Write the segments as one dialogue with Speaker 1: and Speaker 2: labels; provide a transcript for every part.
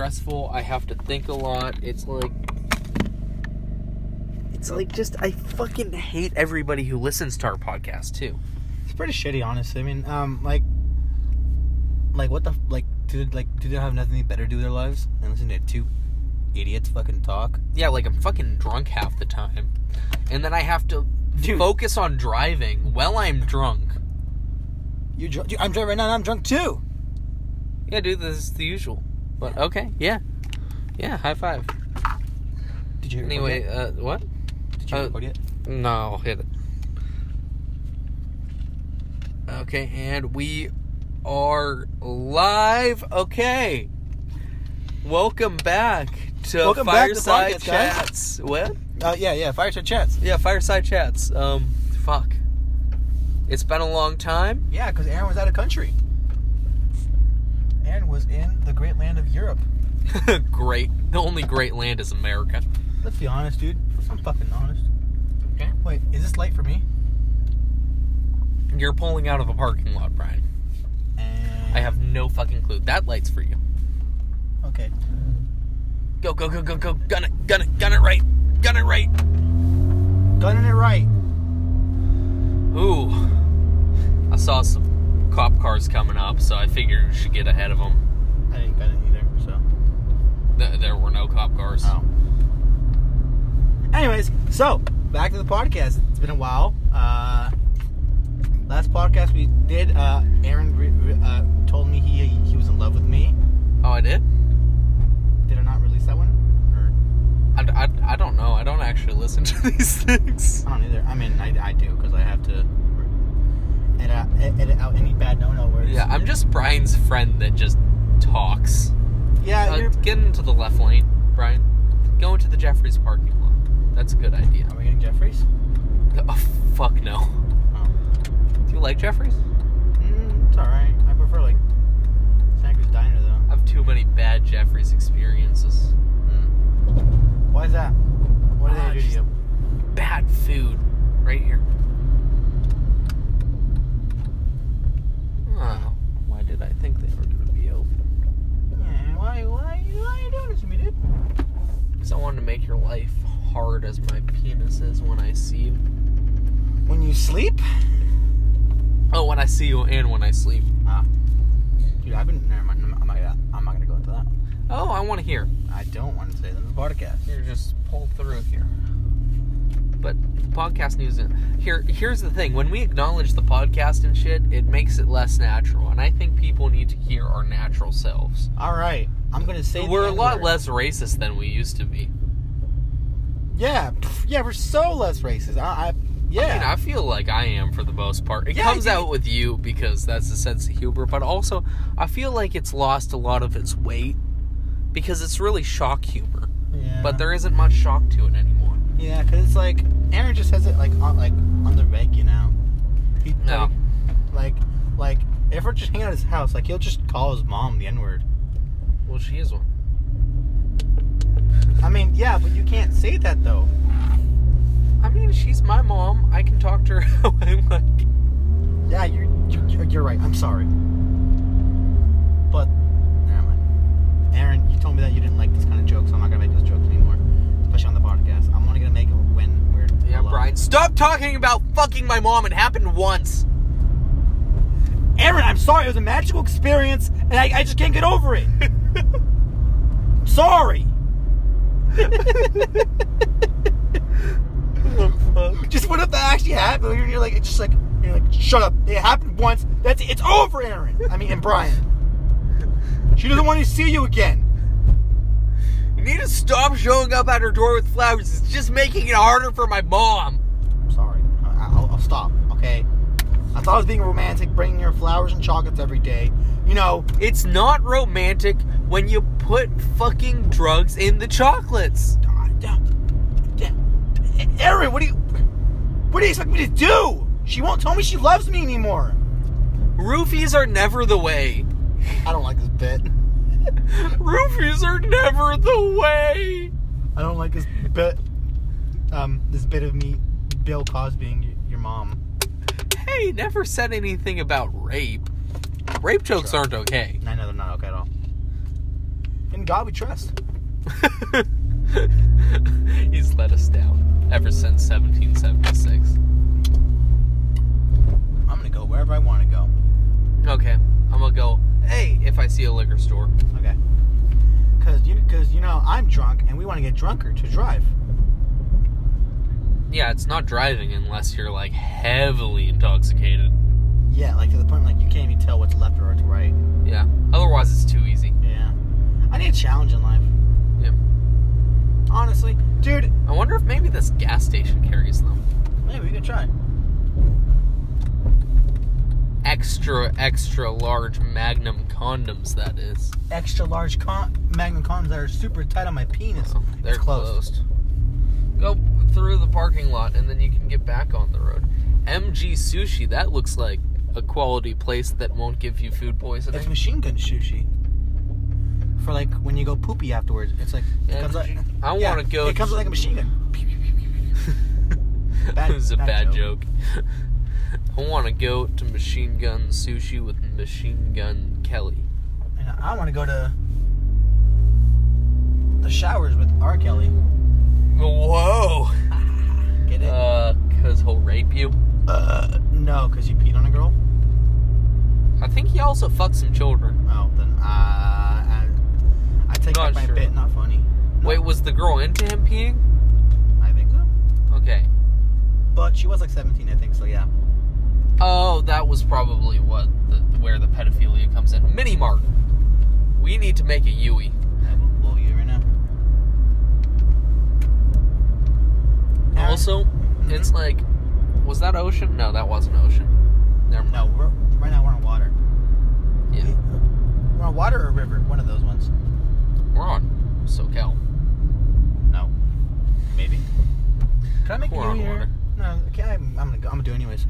Speaker 1: stressful. I have to think a lot. It's like it's like just I fucking hate everybody who listens to our podcast too.
Speaker 2: It's pretty shitty, honestly. I mean, um, like, like what the f- like, do like do they have nothing better to do with their lives than listen to two idiots fucking talk?
Speaker 1: Yeah, like I'm fucking drunk half the time. And then I have to
Speaker 2: Dude.
Speaker 1: focus on driving while I'm drunk.
Speaker 2: You, dr- dude, I'm drunk right now. and I'm drunk too.
Speaker 1: Yeah, dude, this is the usual. But okay, yeah. Yeah, high five.
Speaker 2: Did you
Speaker 1: Anyway, uh what?
Speaker 2: Did you
Speaker 1: uh,
Speaker 2: record yet?
Speaker 1: No, hit it. Okay, and we are live. Okay. Welcome back to
Speaker 2: Welcome back to the
Speaker 1: Fireside
Speaker 2: podcast, guys.
Speaker 1: Chats. What?
Speaker 2: Uh, yeah, yeah. Fireside chats.
Speaker 1: Yeah, Fireside Chats. Um fuck. It's been a long time.
Speaker 2: Yeah, because Aaron was out of country. Aaron was in the great land of Europe.
Speaker 1: great. The only great land is America.
Speaker 2: Let's be honest, dude. I'm fucking honest.
Speaker 1: Okay.
Speaker 2: Wait, is this light for me?
Speaker 1: You're pulling out of a parking lot, Brian.
Speaker 2: And...
Speaker 1: I have no fucking clue. That light's for you.
Speaker 2: Okay.
Speaker 1: Go, go, go, go, go. Gun it, gun it, gun it right. Gun it right.
Speaker 2: Gunning it right.
Speaker 1: Ooh. I saw some cop cars coming up, so I figured we should get ahead of them.
Speaker 2: I didn't gun it either, so.
Speaker 1: Th- there were no cop cars.
Speaker 2: Oh. Anyways, so back to the podcast. It's been a while. Uh, last podcast we did, uh, Aaron re- re- uh, told me he he was in love with me.
Speaker 1: Oh, I did?
Speaker 2: Did I not release that one? Or
Speaker 1: I, d- I d- I don't know. I don't actually listen to these things.
Speaker 2: I don't either. I mean, I, I do because I have to re- edit out, e-, edit out any bad no-no words.
Speaker 1: Yeah, I'm just Brian's friend that just talks.
Speaker 2: yeah.
Speaker 1: Uh,
Speaker 2: you're,
Speaker 1: get into the left lane, Brian. Go into the Jeffries parking lot. That's a good idea.
Speaker 2: are we getting Jeffries?
Speaker 1: Oh, fuck no.
Speaker 2: Oh.
Speaker 1: Do you like Jeffries?
Speaker 2: Mm, it's all right. I prefer like Sanger's Diner though.
Speaker 1: I have too many bad Jeffries experiences.
Speaker 2: Mm. Why is that? What do
Speaker 1: Ah,
Speaker 2: they do to
Speaker 1: just-
Speaker 2: you?
Speaker 1: bad food right here. Oh, why did I think they were going to be open?
Speaker 2: Yeah, why, why, why are you doing this to me, dude?
Speaker 1: Because I wanted to make your life hard as my penis is when I see you.
Speaker 2: When you sleep?
Speaker 1: Oh, when I see you and when I sleep.
Speaker 2: Ah. Dude, I've been. Never mind. I'm, not- I'm, not gonna- I'm not going to go into that.
Speaker 1: Oh, I want to hear.
Speaker 2: I don't want to say that in the podcast.
Speaker 1: Here, just pull through here. But podcast news. Here, here's the thing. When we acknowledge the podcast and shit, it makes it less natural. And I think people need to hear our natural selves.
Speaker 2: All right. I'm going to say the
Speaker 1: We're a lot
Speaker 2: N-word.
Speaker 1: less racist than we used to be.
Speaker 2: Yeah. pff, Yeah, we're so less racist. I, I yeah.
Speaker 1: I mean, I feel like I am for the most part. It
Speaker 2: Yeah,
Speaker 1: comes
Speaker 2: you-
Speaker 1: out with you because that's the sense of humor, but also I feel like it's lost a lot of its weight because it's really shock humor.
Speaker 2: yeah.
Speaker 1: But there isn't much shock to it anymore.
Speaker 2: Yeah, because it's like. Aaron just has it like on like on the reg, you know? He,
Speaker 1: No.
Speaker 2: Like, like, like, if we're just hanging out at his house, like, he'll just call his mom the N word.
Speaker 1: Well, she is one.
Speaker 2: I mean, yeah, but you can't say that, though.
Speaker 1: I mean, she's my mom. I can talk to her how I want.
Speaker 2: Yeah, you're, you're, you're right. I'm sorry. But, never mind. Aaron, you told me that you didn't like these kind of jokes. so I'm not going to make those jokes anymore, especially on the podcast. I'm only going to make it when we're.
Speaker 1: Yeah,
Speaker 2: alone.
Speaker 1: Brian, stop talking about fucking my mom. It happened once.
Speaker 2: Aaron, I'm sorry. It was a magical experience, and I, I just can't get over it. I'm sorry. Just what if that actually happened? You're, you're like, it's just like, you're like, shut up. It happened once. That's it. It's over, Aaron. I mean, and Brian. She doesn't want to see you again.
Speaker 1: You need to stop showing up at her door with flowers. It's just making it harder for my mom.
Speaker 2: I'm sorry. I- I'll, I'll stop. Okay. I thought I was being romantic, bringing her flowers and chocolates every day. You know,
Speaker 1: It's not romantic when you put fucking drugs in the chocolates.
Speaker 2: Aaron, what do you, what do you expect me to do? She won't tell me she loves me anymore.
Speaker 1: Roofies are never the way.
Speaker 2: I don't like this bit.
Speaker 1: Roofies are never the way.
Speaker 2: I don't like this bit. Um, this bit of me, Bill Cosbying y- your mom.
Speaker 1: Hey, never said anything about rape. Rape jokes aren't okay.
Speaker 2: I know they're not okay at all. in God we trust.
Speaker 1: He's let us down ever since 1776.
Speaker 2: I'm gonna go wherever I want to go.
Speaker 1: Okay, I'm gonna go. Hey, if I see a liquor store,
Speaker 2: Okay. Cause you, cause you know I'm drunk, and we want to get drunker to drive.
Speaker 1: yeah, it's not driving unless you're like heavily intoxicated.
Speaker 2: Yeah, like to the point like you can't even tell what's left or what's right.
Speaker 1: Yeah. Otherwise, it's too easy.
Speaker 2: Yeah. I need a challenge in life.
Speaker 1: Yeah.
Speaker 2: Honestly, dude,
Speaker 1: I wonder if maybe this gas station carries them.
Speaker 2: maybe we could try.
Speaker 1: Extra, extra large magnum condoms. That is.
Speaker 2: Extra large con- magnum condoms that are super tight on my penis.
Speaker 1: Oh, they're
Speaker 2: It's closed.
Speaker 1: closed. Go through the parking lot and then you can get back on the road. MG Sushi. That looks like a quality place that won't give you food poisoning.
Speaker 2: It's machine gun sushi. For like when you go poopy afterwards, it's like it
Speaker 1: Yeah,
Speaker 2: comes like,
Speaker 1: I
Speaker 2: yeah,
Speaker 1: wanna go
Speaker 2: It comes
Speaker 1: to-
Speaker 2: like a machine gun. Bad-
Speaker 1: it was a bad, joke. I want to go to Machine Gun Sushi with Machine Gun Kelly.
Speaker 2: And I want to go to the showers with R. Kelly.
Speaker 1: Whoa!
Speaker 2: Get it?
Speaker 1: Uh, cause he'll rape you.
Speaker 2: Uh, no, because you peed on a girl.
Speaker 1: I think he also fucks some children.
Speaker 2: Oh, then uh, I, I take
Speaker 1: Not
Speaker 2: back my
Speaker 1: sure.
Speaker 2: bit. Not funny. No,
Speaker 1: Wait, was the girl into him peeing?
Speaker 2: I think so.
Speaker 1: Okay.
Speaker 2: But she was like 17, I think. So yeah.
Speaker 1: Oh, that was probably what the, where the pedophilia comes in. Mini Mart. We need to make a Yui.
Speaker 2: I will blow you right now. Aaron- Mm-hmm.
Speaker 1: Also, it's like, was that ocean? No, that wasn't ocean. Never mind.
Speaker 2: no, we're right now we're on water.
Speaker 1: Yeah,
Speaker 2: We're on water or river. One of those ones.
Speaker 1: we're on SoCal.
Speaker 2: No. Maybe. Can I make
Speaker 1: We're
Speaker 2: you
Speaker 1: on
Speaker 2: here?
Speaker 1: water.
Speaker 2: No. Okay. I'm, I'm gonna go. I'm gonna do it anyways.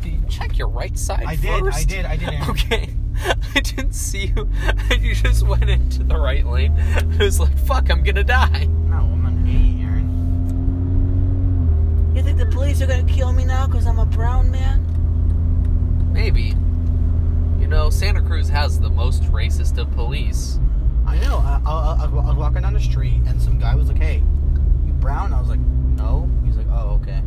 Speaker 1: Did you check your right side
Speaker 2: I did, I
Speaker 1: first?
Speaker 2: did, I did, Aaron.
Speaker 1: Okay. I didn't see you. You just went into the right lane. I was like, fuck, I'm gonna die.
Speaker 2: No, I'm not me, Aaron. You think the police are gonna kill me now because I'm a brown man?
Speaker 1: Maybe. You know, Santa Cruz has the most racist of police.
Speaker 2: I know. I, I, I, I was walking down the street and some guy was like, "Hey, you brown?" I was like, "No." He's like, "Oh, okay."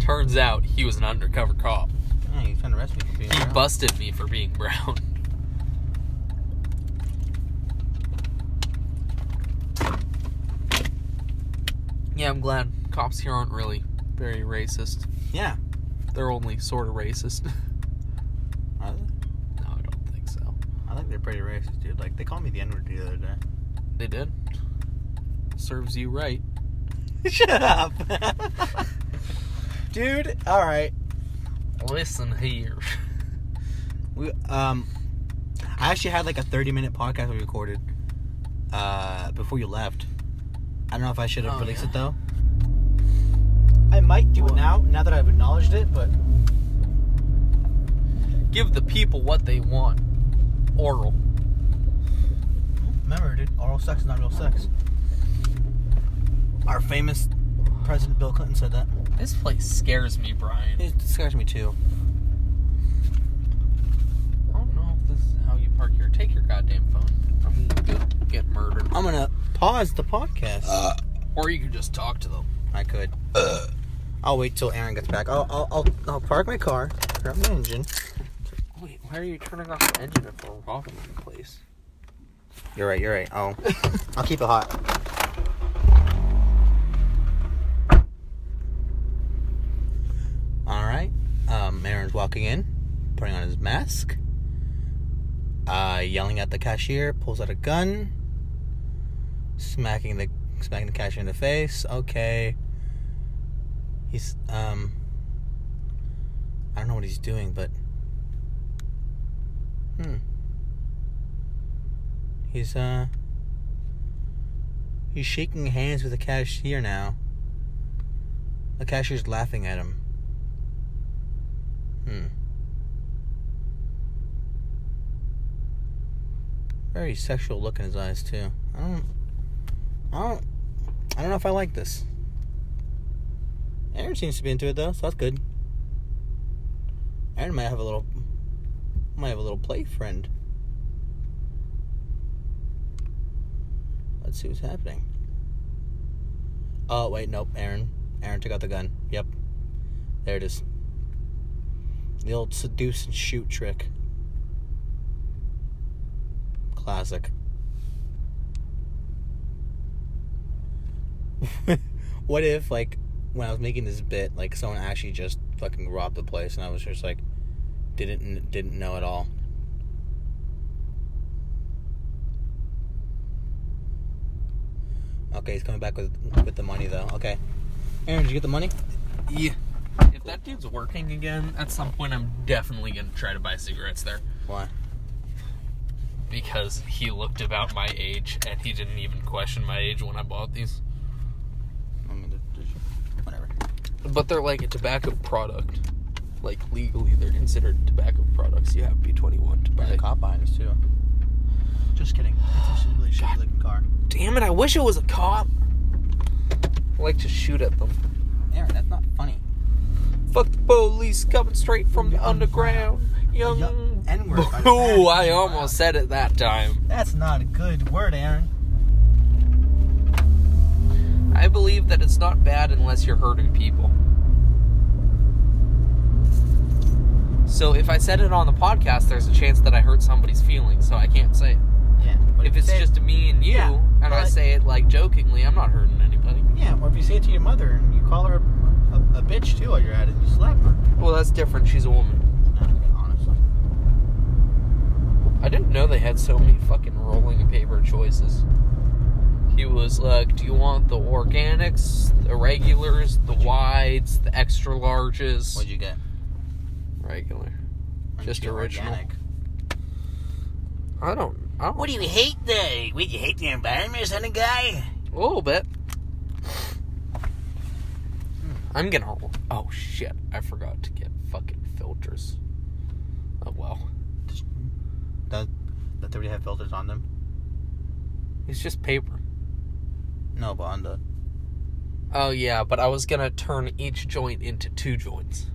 Speaker 1: Turns out he was an undercover cop.
Speaker 2: Yeah, he's trying to arrest me for being
Speaker 1: He
Speaker 2: brown.
Speaker 1: busted me for being brown. Yeah, I'm glad cops here aren't really very racist.
Speaker 2: Yeah.
Speaker 1: They're only sort of racist.
Speaker 2: Are they?
Speaker 1: no, I don't think so.
Speaker 2: I think they're pretty racist, dude. Like they called me the N word the other day.
Speaker 1: They did. Serves you right.
Speaker 2: Shut up, dude. All right.
Speaker 1: Listen here.
Speaker 2: We um, I actually had like a thirty-minute podcast we recorded uh before you left. I don't know if I should have
Speaker 1: Oh,
Speaker 2: released
Speaker 1: yeah.
Speaker 2: it though. I might do
Speaker 1: What?
Speaker 2: it now. Now that I've acknowledged it, but
Speaker 1: Give the people what they want. Oral.
Speaker 2: remember, dude, oral sex is not real sex. Our famous President Bill Clinton said that.
Speaker 1: This place scares me, Brian.
Speaker 2: It scares me too.
Speaker 1: I don't know if this is how you park here. Take your goddamn phone. I'm gonna go get murdered.
Speaker 2: I'm gonna pause the podcast.
Speaker 1: Or you could just talk to them.
Speaker 2: I could. I'll wait till Aaron gets back. I'll, I'll, I'll, I'll park my car, grab my engine.
Speaker 1: Wait, why are you turning off the engine if we're robbing the place?
Speaker 2: You're right, you're right. Oh, I'll keep it hot. All right. Um, Aaron's walking in, putting on his mask, uh, yelling at the cashier, pulls out a gun, smacking the smacking the cashier in the face. Okay. He's um. I don't know what he's doing, but hmm. He's uh he's shaking hands with the cashier now. The cashier's laughing at him. Hmm. Very sexual look in his eyes too. I don't I don't I don't know if I like this. Aaron seems to be into it though, so that's good. Aaron might have a little Might have a little play friend. Let's see what's happening. Oh wait, nope. Aaron, Aaron took out the gun. Yep, there it is. The old seduce and shoot trick. Classic. what if like when I was making this bit, like someone actually just fucking robbed the place, and I was just like, didn't didn't know at all. Okay, he's coming back with with the money though. Okay, Aaron, did you get the money?
Speaker 1: Yeah. If that dude's working again, at some point I'm definitely gonna try to buy cigarettes there.
Speaker 2: Why?
Speaker 1: Because he looked about my age and he didn't even question my age when I bought these.
Speaker 2: I mean, did- did you- whatever.
Speaker 1: But they're like a tobacco product. Like legally they're considered tobacco products. You have to be twenty one to buy.
Speaker 2: Right. The cop behind us too. Just kidding. It's a really shitty looking car.
Speaker 1: Damn it, I wish it was a cop. I like to shoot at them.
Speaker 2: Aaron, that's not funny.
Speaker 1: Fuck the police coming straight from the underground. Young
Speaker 2: Yup, N-word.
Speaker 1: Ooh, Um, I almost said it that time.
Speaker 2: That's not a good word, Aaron.
Speaker 1: I believe that it's not bad unless you're hurting people. So if I said it on the podcast, there's a chance that I hurt somebody's feelings, so I can't say it.
Speaker 2: Yeah. but
Speaker 1: if
Speaker 2: you
Speaker 1: it's
Speaker 2: say it-
Speaker 1: just me and you,
Speaker 2: Yeah,
Speaker 1: and I
Speaker 2: but-
Speaker 1: say it like jokingly, I'm not hurting anybody.
Speaker 2: yeah, or if you say it to your mother and you call her a, a, a bitch too while you're at it, and you slap her.
Speaker 1: Well, that's different. She's a woman.
Speaker 2: No, I mean, honestly.
Speaker 1: I didn't know they had so many fucking rolling paper choices. He was like, "Do you want the organics, the regulars, the wides, the extra larges?"
Speaker 2: What'd you get?
Speaker 1: Regular.
Speaker 2: What'd
Speaker 1: Just
Speaker 2: you get
Speaker 1: original. I don't. I don't
Speaker 2: What do you hate the? Would you hate the environment, or something, guy?
Speaker 1: A little bit. I'm gonna. Oh shit! I forgot to get fucking filters. Oh well.
Speaker 2: Does that they already have filters on them?
Speaker 1: It's just paper.
Speaker 2: No, but on the
Speaker 1: Oh yeah, but I was gonna turn each joint into two joints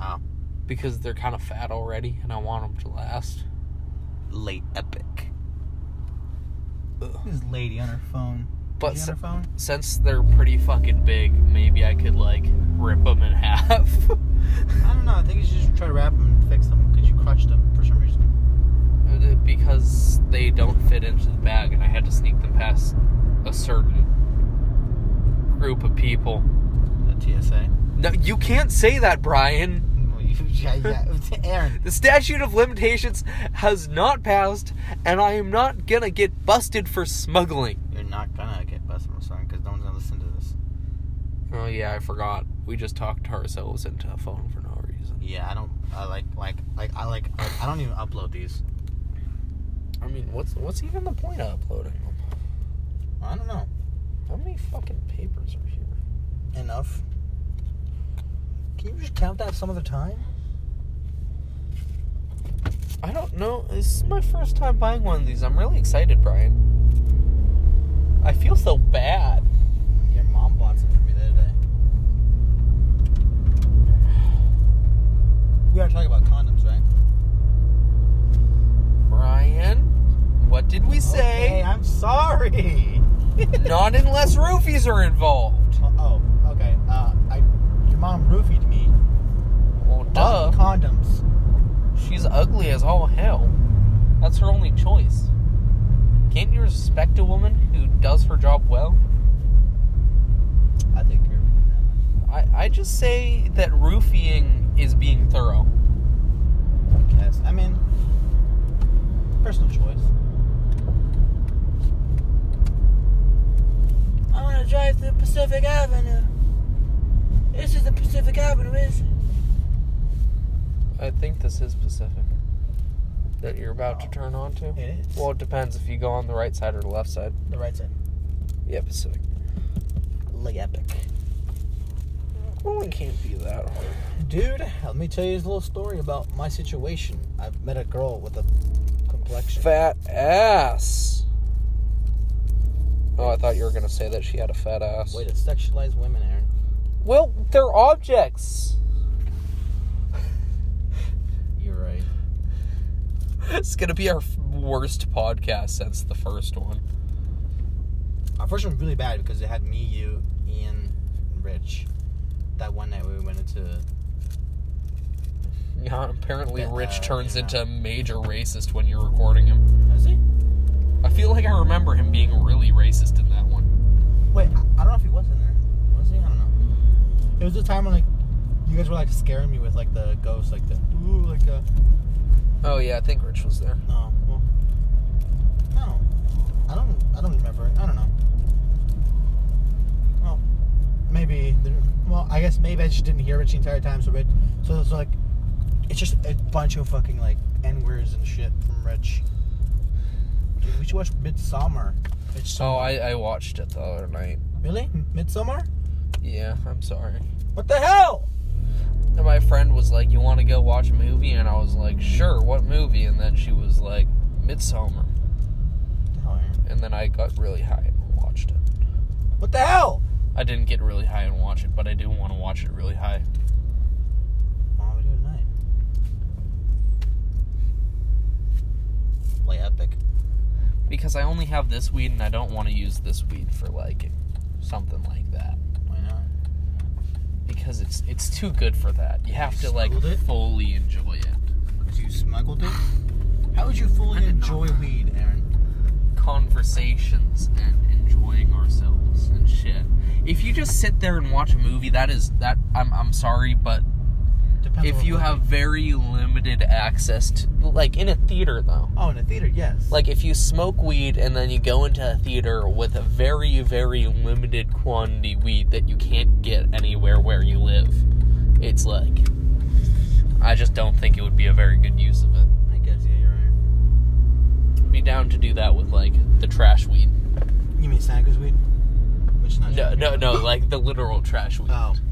Speaker 2: oh,
Speaker 1: because they're kind of fat already, and I want them to last.
Speaker 2: late epic.
Speaker 1: Ugh.
Speaker 2: This lady on her phone.
Speaker 1: But
Speaker 2: Lady
Speaker 1: s-
Speaker 2: on her phone.
Speaker 1: since they're pretty fucking big, maybe I could like rip them in half. Uh,
Speaker 2: I don't know. I think you should just try to wrap them and fix them because you crushed them for some reason.
Speaker 1: because they don't fit into the bag and I had to sneak them past a certain group of people.
Speaker 2: The TSA.
Speaker 1: No, you can't say that, Brian.
Speaker 2: Well, you- yeah, yeah. Aaron.
Speaker 1: The statute of limitations has not passed and I am not gonna get busted for smuggling.
Speaker 2: You're not gonna get busted from something because no one's gonna listen to this.
Speaker 1: Oh yeah, I forgot. We just talked to ourselves into a phone for no reason.
Speaker 2: Yeah, I don't. I like like like I like, like I don't even upload these.
Speaker 1: I mean, what's what's even the point of uploading them?
Speaker 2: I don't know.
Speaker 1: How many fucking papers are here?
Speaker 2: Enough. Can you just count that some other time?
Speaker 1: I don't know. This is my first time buying one of these. I'm really excited, Brian. I feel so bad.
Speaker 2: Your mom bought some for me the other day. We are talking about condoms, right?
Speaker 1: Brian, what did we
Speaker 2: Okay,
Speaker 1: say?
Speaker 2: I'm sorry.
Speaker 1: Not unless roofies are involved.
Speaker 2: oh, okay. Uh, I, your mom roofied me.
Speaker 1: Well, duh.
Speaker 2: Bought Condoms.
Speaker 1: She's ugly as all hell. That's her only choice. Can't you respect a woman who does her job well?
Speaker 2: I think you're.
Speaker 1: I, I just say that roofing is being thorough.
Speaker 2: Yes, I mean, personal choice. I want to drive through Pacific Avenue. This is the Pacific Avenue, is it?
Speaker 1: I think this is Pacific that you're about to turn on to.
Speaker 2: It is.
Speaker 1: Well, it depends if you go on the right side or the left side.
Speaker 2: the right side.
Speaker 1: Yeah, Pacific.
Speaker 2: Lay epic.
Speaker 1: Well, it can't be that hard.
Speaker 2: Dude, let me tell you a little story about my situation. I've met a girl with a complexion.
Speaker 1: Fat ass. Oh, I thought you were gonna say that she had a fat ass.
Speaker 2: Way to sexualize women, Aaron.
Speaker 1: Well, they're objects.
Speaker 2: You're right.
Speaker 1: It's gonna be our f- worst podcast since the first one.
Speaker 2: Our first one was really bad because it had me, you, Ian, and Rich. That one night we went into
Speaker 1: Yeah, apparently
Speaker 2: Yeah,
Speaker 1: Rich
Speaker 2: uh,
Speaker 1: turns
Speaker 2: yeah.
Speaker 1: into a major racist when you're recording him.
Speaker 2: Is he?
Speaker 1: I feel like I remember him being really racist in that one.
Speaker 2: Wait, I, I don't know if he was in there. Was he? I don't know. It was the time when like you guys were like scaring me with like the ghost, like the ooh, like uh, the
Speaker 1: Oh yeah, I think Rich was there.
Speaker 2: no, well, no. I don't. I don't remember. I don't know. Well, maybe. there- Well, I guess maybe I just didn't hear it the entire time. So, Rich, so it's like it's just a bunch of fucking like n words and shit from Rich. Dude, we should watch Midsummer. Midsummer.
Speaker 1: Oh, I, I watched it the other night.
Speaker 2: Really? Midsummer?
Speaker 1: Yeah, I'm sorry.
Speaker 2: What the hell?
Speaker 1: And my friend was like, "You want to go watch a movie?" And I was like, "Sure, what movie?" And then she was like, "Midsummer."
Speaker 2: What the hell, Aaron?
Speaker 1: And then I got really high and watched it.
Speaker 2: What the hell?
Speaker 1: I didn't get really high and watch it, but I do want to watch it really high.
Speaker 2: Why don't we do it tonight? Play epic.
Speaker 1: Because I only have this weed and I don't want to use this weed for like something like that.
Speaker 2: Why not?
Speaker 1: Because it's it's too good for that. You have to like
Speaker 2: Smuggled it?
Speaker 1: fully enjoy it.
Speaker 2: Because you smuggled it? How would you fully
Speaker 1: did not.
Speaker 2: enjoy weed, Aaron?
Speaker 1: Conversations and enjoying ourselves and shit. If you just sit there and watch a movie, that is that I'm I'm sorry, but
Speaker 2: Depends
Speaker 1: if
Speaker 2: on
Speaker 1: you
Speaker 2: what-
Speaker 1: have very limited access to like in a theater though.
Speaker 2: Oh, in a theater, yes.
Speaker 1: Like if you smoke weed and then you go into a theater with a very very limited quantity weed that you can't get anywhere where you live, it's like I just don't think it would be a very good use of it.
Speaker 2: I guess, yeah, you're right.
Speaker 1: I'd be down to do that with like the trash weed.
Speaker 2: You mean Sanka's weed? Which is not
Speaker 1: No,
Speaker 2: Jamaican.
Speaker 1: no, no, like the literal trash weed.
Speaker 2: Oh.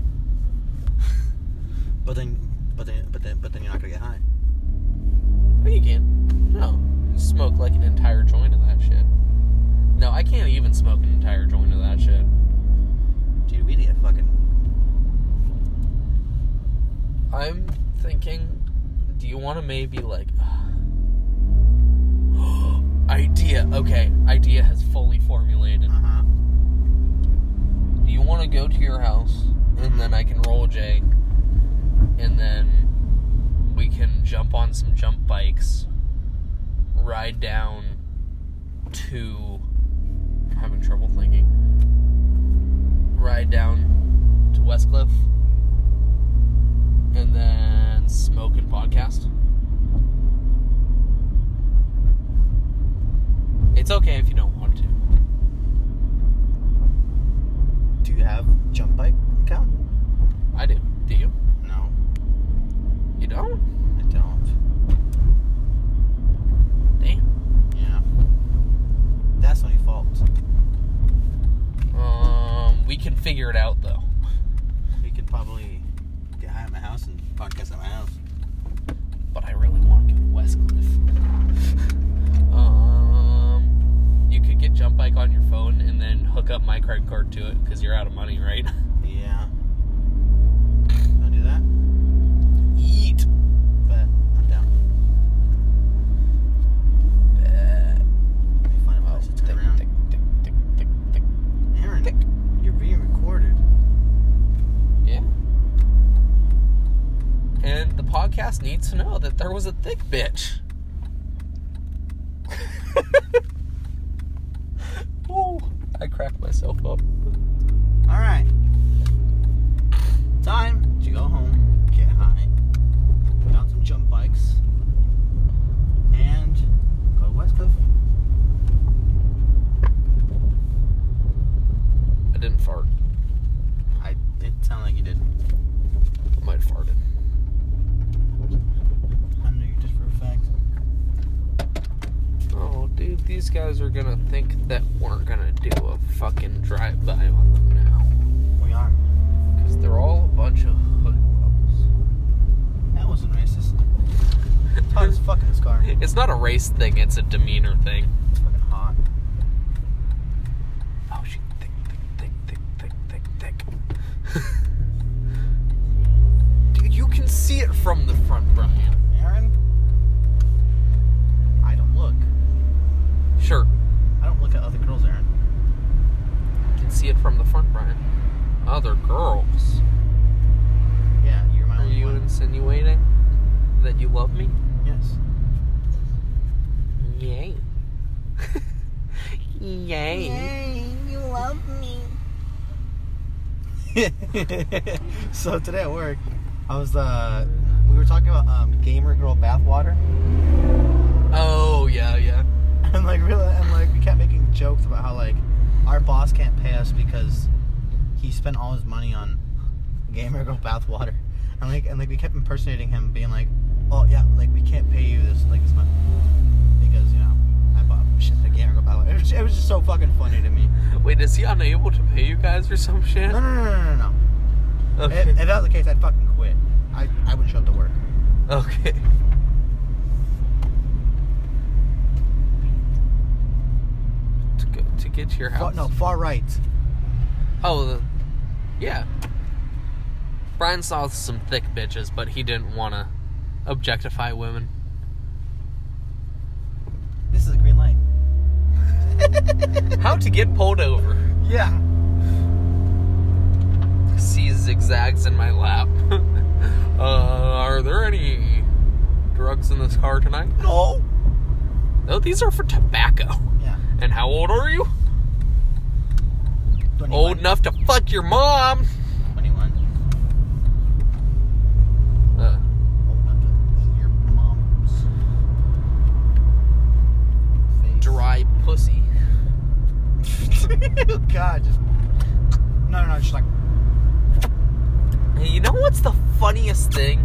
Speaker 2: But then, but then, but then, but then you're not gonna get high.
Speaker 1: Oh, you can. No, You smoke like an entire joint of that shit. No, I can't even smoke an entire joint of that shit.
Speaker 2: Dude, weed get fucking.
Speaker 1: I'm thinking, do you want to maybe like. idea. Okay, idea has fully formulated.
Speaker 2: Uh huh.
Speaker 1: Do you want to go to your house and then I can roll J and then we can jump on some jump bikes, ride down to. I'm having trouble thinking. Ride down to Westcliff and then smoke and podcast. It's okay if you don't want to.
Speaker 2: Do you have jump bike account?
Speaker 1: I do. Do you?
Speaker 2: No,
Speaker 1: You don't?
Speaker 2: I don't.
Speaker 1: Damn.
Speaker 2: Yeah. That's my fault.
Speaker 1: Um, we can figure it out though.
Speaker 2: We could probably get high at my house and podcast at my house.
Speaker 1: But I really want to go to Westcliff. um, you could get Jump Bike on your phone and then hook up my credit card to it because you're out of money, right?
Speaker 2: Yeah. I'll do that,
Speaker 1: Eat.
Speaker 2: but I'm down. Let me find a
Speaker 1: Oh,
Speaker 2: place to
Speaker 1: tick,
Speaker 2: turn around.
Speaker 1: tick, tick, tick, tick, tick.
Speaker 2: Aaron,
Speaker 1: tick.
Speaker 2: you're being recorded.
Speaker 1: Yeah. And the podcast needs to know that there was a thick bitch. Whoa, I cracked myself up.
Speaker 2: All right. Time to go home, get high, put on some jump bikes, and go to Westcliff.
Speaker 1: I didn't fart.
Speaker 2: I it sounded like you did.
Speaker 1: I might have farted.
Speaker 2: I know you just for a fact.
Speaker 1: Oh, dude, these guys are gonna think that we're gonna do a fucking drive by on them now.
Speaker 2: We are.
Speaker 1: Because they're all a bunch of hoodlums.
Speaker 2: That wasn't racist. It's hot as fuck in this car.
Speaker 1: It's not a race thing, it's a demeanor thing.
Speaker 2: It's fucking hot.
Speaker 1: Oh, she thick, thick, thick, thick, thick, thick, thick. Dude, you can see it from the front, Brian.
Speaker 2: Aaron?
Speaker 1: other girls.
Speaker 2: Yeah, you're my
Speaker 1: Are
Speaker 2: only
Speaker 1: you
Speaker 2: one.
Speaker 1: insinuating that you love me?
Speaker 2: Yes.
Speaker 1: Yay. Yay.
Speaker 2: you love me. so today at work, I was uh, we were talking about um, gamer girl bathwater,
Speaker 1: Oh, yeah, yeah.
Speaker 2: and like really, and like we kept making jokes about how like our boss can't pay us because he spent all his money on gamer girl bathwater, and like and like we kept impersonating him, being like, oh yeah, like we can't pay you this like this much because you know I bought shit at gamer girl bathwater. It was, it was just so fucking funny to me.
Speaker 1: Wait, is he unable to pay you guys or some shit?
Speaker 2: No no no no no. no.
Speaker 1: Okay.
Speaker 2: If, if that was the case, I'd fucking quit. I, I wouldn't show up to work.
Speaker 1: okay. To, go, to get to your
Speaker 2: Fa-
Speaker 1: house?
Speaker 2: no, far right.
Speaker 1: Oh, the, yeah. Brian saw some thick bitches, but he didn't want to objectify women.
Speaker 2: This is a green light.
Speaker 1: How to get pulled over?
Speaker 2: Yeah.
Speaker 1: See zigzags in my lap. uh, are there any drugs in this car tonight?
Speaker 2: No.
Speaker 1: No, these are for tobacco.
Speaker 2: Yeah.
Speaker 1: And how old are you?
Speaker 2: 21.
Speaker 1: Old enough to fuck your mom.
Speaker 2: 21.
Speaker 1: Uh,
Speaker 2: Old enough to eat your mom's face.
Speaker 1: dry pussy.
Speaker 2: oh, God, just. No, no, no, just like.
Speaker 1: Hey, you know what's the funniest thing?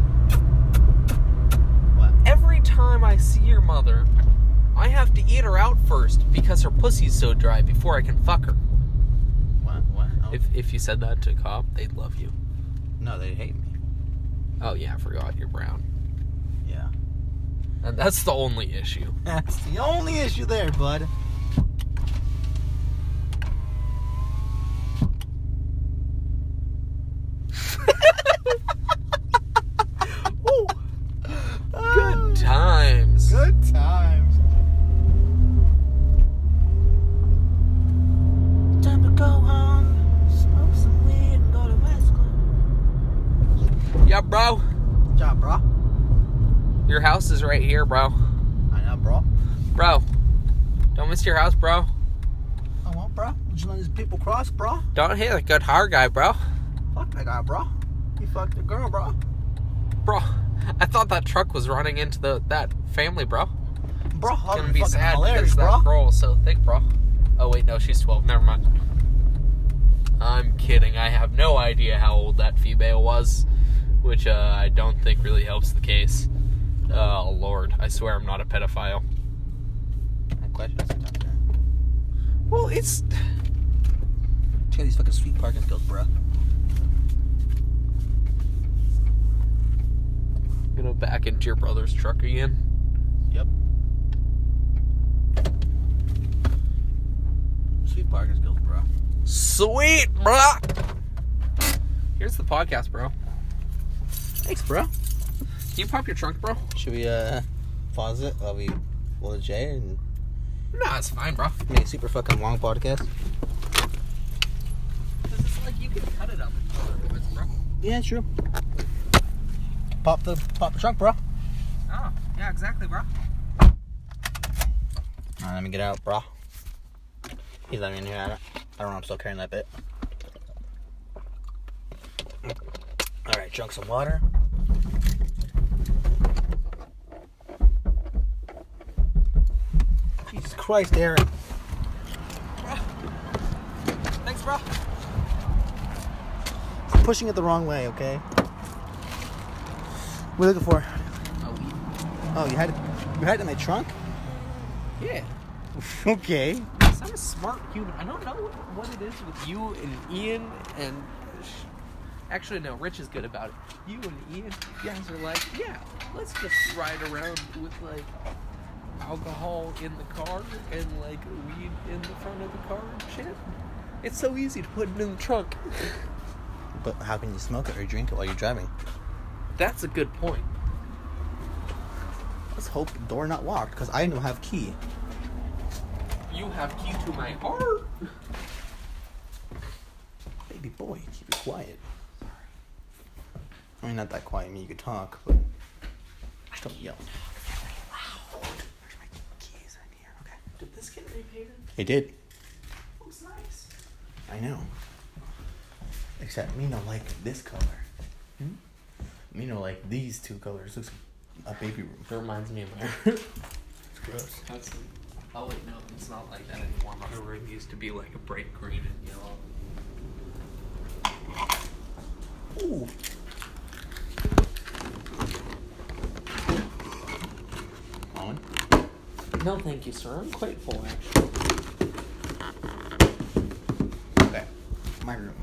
Speaker 2: What?
Speaker 1: Every time I see your mother, I have to eat her out first because her pussy's so dry before I can fuck her.
Speaker 2: What? What? Oh.
Speaker 1: If, if you said that to a cop, they'd love you.
Speaker 2: no, they hate me.
Speaker 1: Oh, yeah, I forgot you're brown.
Speaker 2: Yeah.
Speaker 1: And that's the only issue.
Speaker 2: That's the only issue there, bud.
Speaker 1: Ooh, good times.
Speaker 2: Ah, Good times. Time to go home, smoke some weed, and go to West Club.
Speaker 1: Yeah, bro.
Speaker 2: Job, bro.
Speaker 1: Your house is right here, bro.
Speaker 2: I know, bro.
Speaker 1: Bro, don't miss your house, bro.
Speaker 2: I won't, bro. Would you let these people cross, bro?
Speaker 1: Don't hit a good hard guy, bro.
Speaker 2: Fuck that guy, bro. He fucked the girl, bro.
Speaker 1: Bro, I thought that truck was running into the that family, bro.
Speaker 2: Bro, it's
Speaker 1: gonna be sad
Speaker 2: hilarious,
Speaker 1: because
Speaker 2: bro.
Speaker 1: that girl was so thick, bro. Oh wait, no, she's twelve. Never mind. I'm kidding. I have no idea how old that female was, which uh, I don't think really helps the case. Oh Lord, I swear I'm not a pedophile.
Speaker 2: I question this sometimes,
Speaker 1: Well, it's
Speaker 2: Check out these fucking sweet parking skills, bro.
Speaker 1: you know back into your brother's truck again.
Speaker 2: Yep. Sweet parking skills, bro.
Speaker 1: Sweet, bro. Here's the podcast, bro.
Speaker 2: Thanks, bro.
Speaker 1: Can you pop your trunk, bro?
Speaker 2: Should we uh pause it while we blow the J and
Speaker 1: Nah, it's fine, bro.
Speaker 2: make a super fucking long podcast?
Speaker 1: Cause it's like you can cut it up with other boys, bro.
Speaker 2: Yeah, sure. Pop the pop the trunk, bro. Alright,
Speaker 1: Oh, yeah, exactly, bro.
Speaker 2: let me get out, bro. He's letting me in here. I don't, I don't know. I'm still carrying that bit. Alright, drunk some water. Jesus Christ, Aaron.
Speaker 1: Thanks, bro.
Speaker 2: I'm pushing it the wrong way, okay? What are you looking for? Oh, you had it, you had it in my trunk?
Speaker 1: Yeah.
Speaker 2: okay.
Speaker 1: Because I'm a smart human. I don't know what it is with you and Ian and. sh- Actually, no, Rich is good about it. You and Ian, you guys are like, yeah, let's just ride around with, like, alcohol in the car and, like, weed in the front of the car and shit. It's so easy to put it in the trunk.
Speaker 2: But how can you smoke it or drink it while you're driving?
Speaker 1: That's a good point.
Speaker 2: Let's hope the door not locked, because I don't have key.
Speaker 1: You have key to my heart.
Speaker 2: Hey, baby boy, keep it quiet. I mean, not that quiet. I mean, you could talk, but just don't yell.
Speaker 1: Where's my keys in here? Okay. Did this get repainted?
Speaker 2: It did.
Speaker 1: Looks nice.
Speaker 2: I know. Except me no like this color. Hmm? Me no like these two colors. Looks a baby room.
Speaker 1: It reminds me of my.
Speaker 2: It's gross.
Speaker 1: That's, oh wait, no, it's not like that anymore. My room used to be like a bright green and yellow.
Speaker 2: Ooh. On.
Speaker 1: No, thank you, sir. I'm quite full, actually.
Speaker 2: Okay. My room.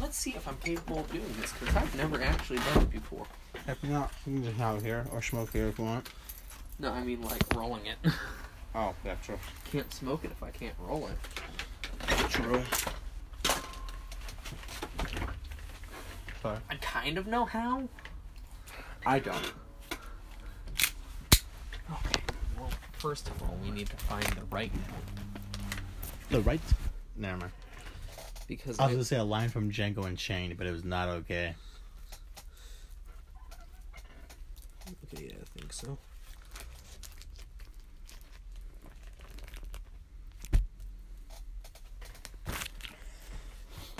Speaker 1: Let's see if I'm capable of doing this because I've never actually done it before.
Speaker 2: If not, you can just have it here or smoke here if you want.
Speaker 1: No, I mean like rolling it.
Speaker 2: Oh, that's true.
Speaker 1: can't smoke it if I can't roll it.
Speaker 2: True. Sorry.
Speaker 1: I kind of know how.
Speaker 2: I don't.
Speaker 1: Okay. Well, first of all, we need to find the right one
Speaker 2: The right. Never mind.
Speaker 1: because
Speaker 2: I was
Speaker 1: I-
Speaker 2: gonna say a line from Django Unchained, but it was not okay.
Speaker 1: Okay, yeah, I think so.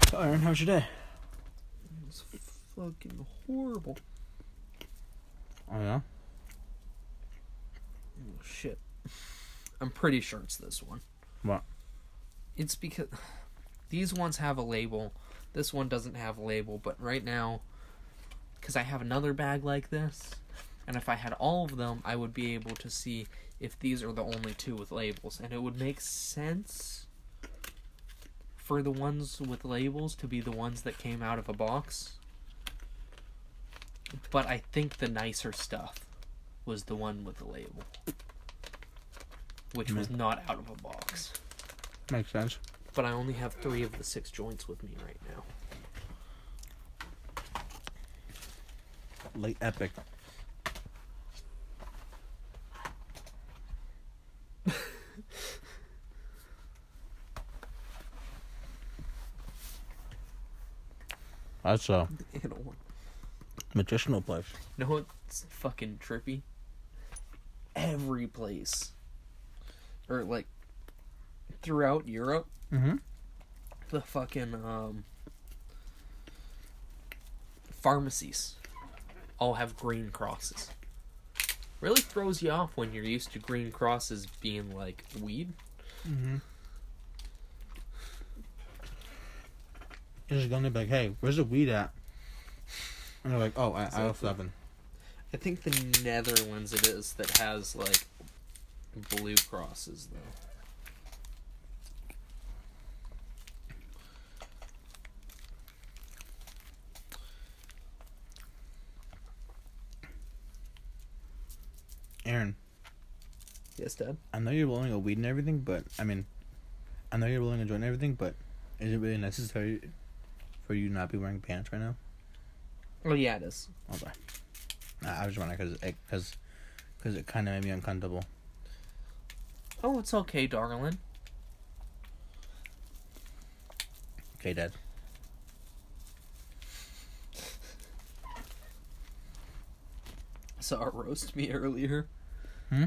Speaker 2: So, Aaron, how was your day?
Speaker 1: It was fucking horrible.
Speaker 2: Oh yeah.
Speaker 1: Oh shit. I'm pretty sure it's this one.
Speaker 2: What?
Speaker 1: It's because these ones have a label. This one doesn't have a label, but right now cuz I have another bag like this, and if I had all of them, I would be able to see if these are the only two with labels, and it would make sense for the ones with labels to be the ones that came out of a box. But I think the nicer stuff was the one with the label, which was not out of a box.
Speaker 2: Makes sense.
Speaker 1: But I only have three of the six joints with me right now.
Speaker 2: Late epic. That's a
Speaker 1: Hit one.
Speaker 2: medicinal place.
Speaker 1: No, what's fucking trippy. Every place, or like throughout Europe,
Speaker 2: Mm-hmm.
Speaker 1: the fucking um, pharmacies all have green crosses. Really throws you off when you're used to green crosses being like weed.
Speaker 2: It's just gonna be like, hey, where's the weed at? And they're like, oh, I aisle seven.
Speaker 1: I think the Netherlands it is that has like blue crosses though.
Speaker 2: Aaron,
Speaker 1: Yes, Dad.
Speaker 2: I know you're rolling a weed and everything, but I mean, I know you're rolling a joint and everything, but is it really necessary for you not be wearing pants right now?
Speaker 1: Oh yeah, it is.
Speaker 2: Okay. I I was wondering because it because because it kind of made me uncomfortable.
Speaker 1: Oh, it's okay, darling.
Speaker 2: Okay, Dad.
Speaker 1: I saw a uh, roast me earlier.
Speaker 2: Hmm?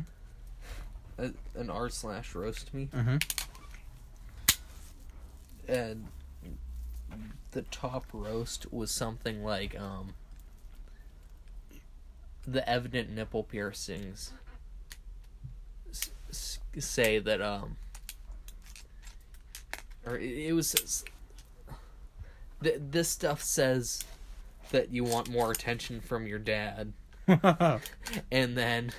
Speaker 1: A, an r slash roast me,
Speaker 2: Mm-hmm.
Speaker 1: and the top roast was something like um the evident nipple piercings s- s- say that um or it, it was s- th- this stuff says that you want more attention from your dad
Speaker 2: Mm-hmm.
Speaker 1: and then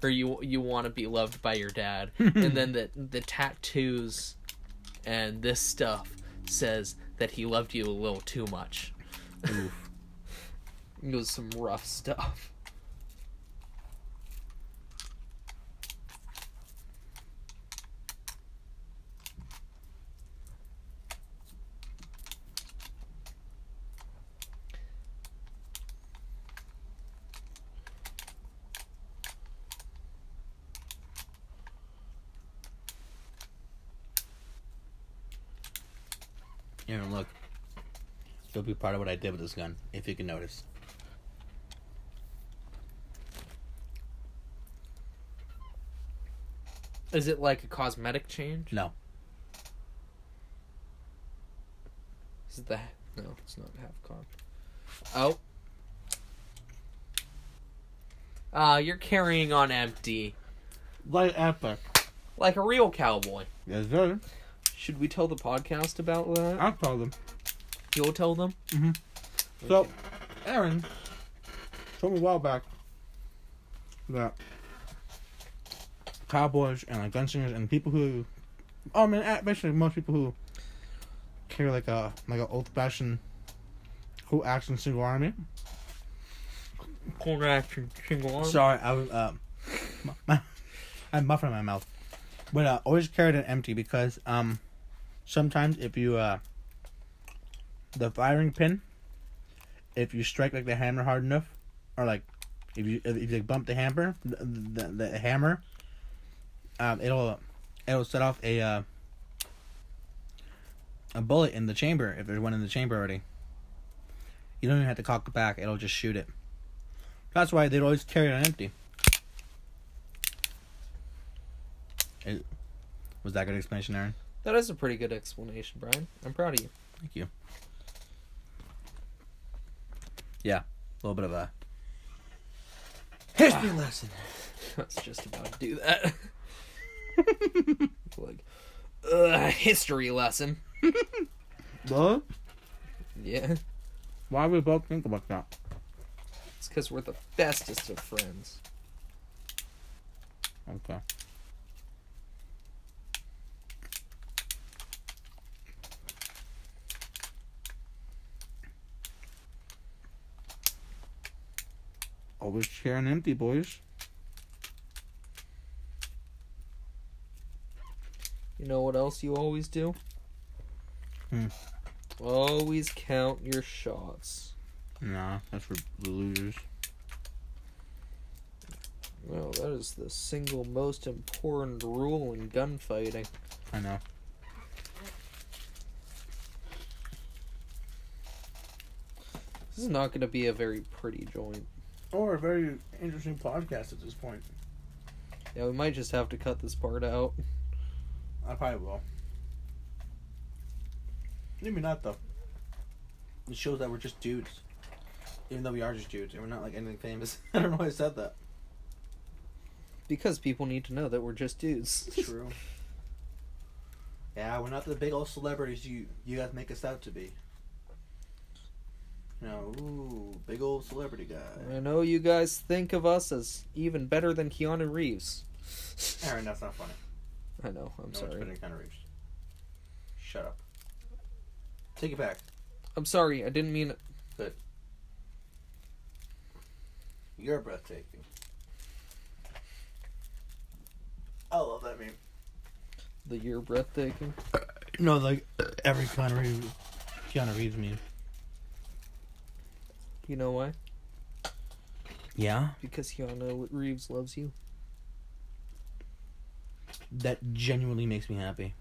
Speaker 1: or you you want to be loved by your dad and then the the tattoos and this stuff says that he loved you a little too much
Speaker 2: Oof.
Speaker 1: it was some rough stuff
Speaker 2: Aaron, look. You'll be proud of what I did with this gun, if you can notice.
Speaker 1: Is it like a cosmetic change?
Speaker 2: No,
Speaker 1: Is it the no? It's not half con. Oh. Uh, you're carrying on empty,
Speaker 2: light epic.
Speaker 1: like a real cowboy.
Speaker 2: Yes, sir.
Speaker 1: Should we tell the podcast about that?
Speaker 2: I'll tell them.
Speaker 1: You'll tell them.
Speaker 2: So, Aaron told me a while back that cowboys and like gunslingers and people who, oh man, uh, basically most people who carry like a like an old fashioned who acts in single army.
Speaker 1: Corner action, single arm.
Speaker 2: Sorry, I was um, my, I had muffin in my mouth, but uh, always carried an empty because um, sometimes if you uh, the firing pin, if you strike like the hammer hard enough, or like if you if you like, bump the hammer, the the, the hammer, um, it'll it'll set off a uh, a bullet in the chamber if there's one in the chamber already. You don't even have to cock it back; it'll just shoot it. That's why they'd always carry it on empty. It- was that a good explanation, Aaron?
Speaker 1: That is a pretty good explanation, Brian. I'm proud of you.
Speaker 2: Thank you. Yeah, a little bit of a history lesson.
Speaker 1: I was just about to do that. like, ugh, history lesson.
Speaker 2: Well,
Speaker 1: Yeah,
Speaker 2: why we both think about that?
Speaker 1: it's because we're the bestest of friends.
Speaker 2: Okay. Always sharing empty, boys.
Speaker 1: You know what else you always do?
Speaker 2: Hmm.
Speaker 1: Always count your shots.
Speaker 2: Nah, that's for the losers.
Speaker 1: Well, that is the single most important rule in gunfighting.
Speaker 2: I know.
Speaker 1: This is not going to be a very pretty joint.
Speaker 2: Or a very interesting podcast at this point.
Speaker 1: Yeah, we might just have to cut this part out.
Speaker 2: I probably will. Maybe not though. It shows that we're just dudes, even though we are just dudes and we're not like anything famous. I don't know why I said that.
Speaker 1: Because people need to know that we're just dudes.
Speaker 2: True. yeah, we're not the big old celebrities you you guys make us out to be. You know, ooh, big old celebrity guy.
Speaker 1: I know you guys think of us as even better than Keanu Reeves.
Speaker 2: Aaron, that's not funny.
Speaker 1: I know, I'm
Speaker 2: no one's
Speaker 1: sorry.
Speaker 2: been in Keanu Reeves. Shut up. Take it back.
Speaker 1: I'm sorry, I didn't mean it.
Speaker 2: You're breathtaking. I love that meme.
Speaker 1: the year breathtaking.
Speaker 2: No, like every Keanu Reeves, Keanu Reeves meme.
Speaker 1: You know why?
Speaker 2: Yeah,
Speaker 1: Because Keanu Reeves loves you.
Speaker 2: that genuinely makes me happy.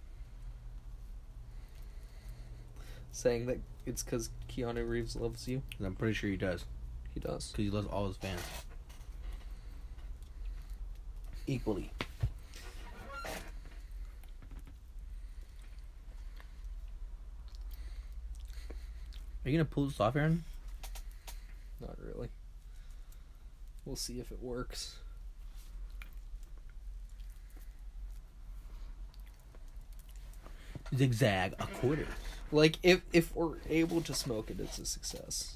Speaker 1: Saying that it's because Keanu Reeves loves you.
Speaker 2: 'Cause I'm pretty sure he does,
Speaker 1: He does.
Speaker 2: because he loves all his fans equally. Are you gonna pull this off, Aaron?
Speaker 1: Not really. We'll see if it works.
Speaker 2: Zigzag a quarter.
Speaker 1: Like if if we're able to smoke it, it's a success.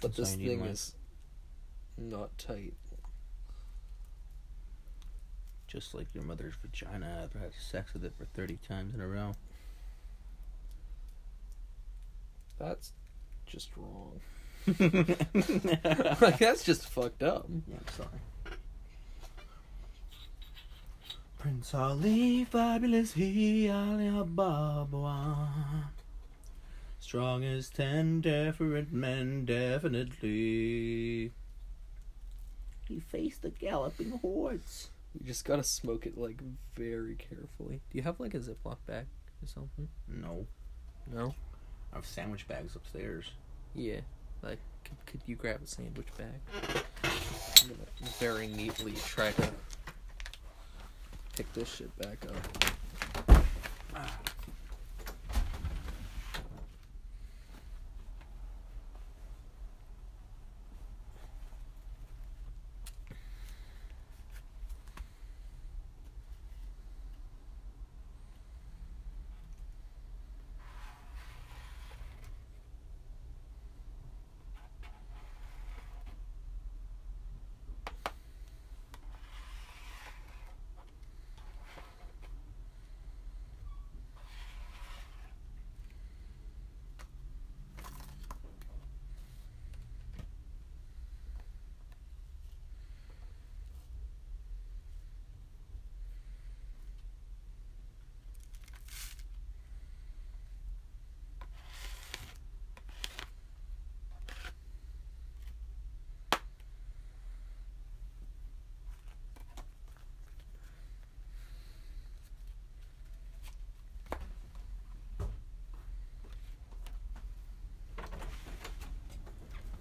Speaker 1: But
Speaker 2: So
Speaker 1: this
Speaker 2: you need
Speaker 1: thing
Speaker 2: one.
Speaker 1: is not tight.
Speaker 2: Just like your mother's vagina after having sex with it for 30 times in a row.
Speaker 1: That's just wrong. like
Speaker 2: yeah,
Speaker 1: that's just fucked up.
Speaker 2: I'm sorry. Prince Ali, fabulous he, Ali Ababa. Strong as ten different men, definitely. He faced the galloping hordes.
Speaker 1: You just gotta smoke it like very carefully. Do you have like a Ziploc bag or something?
Speaker 2: No.
Speaker 1: No.
Speaker 2: I have sandwich bags upstairs.
Speaker 1: Yeah. Like, could, could you grab a sandwich bag? I'm gonna very neatly try to pick this shit back up.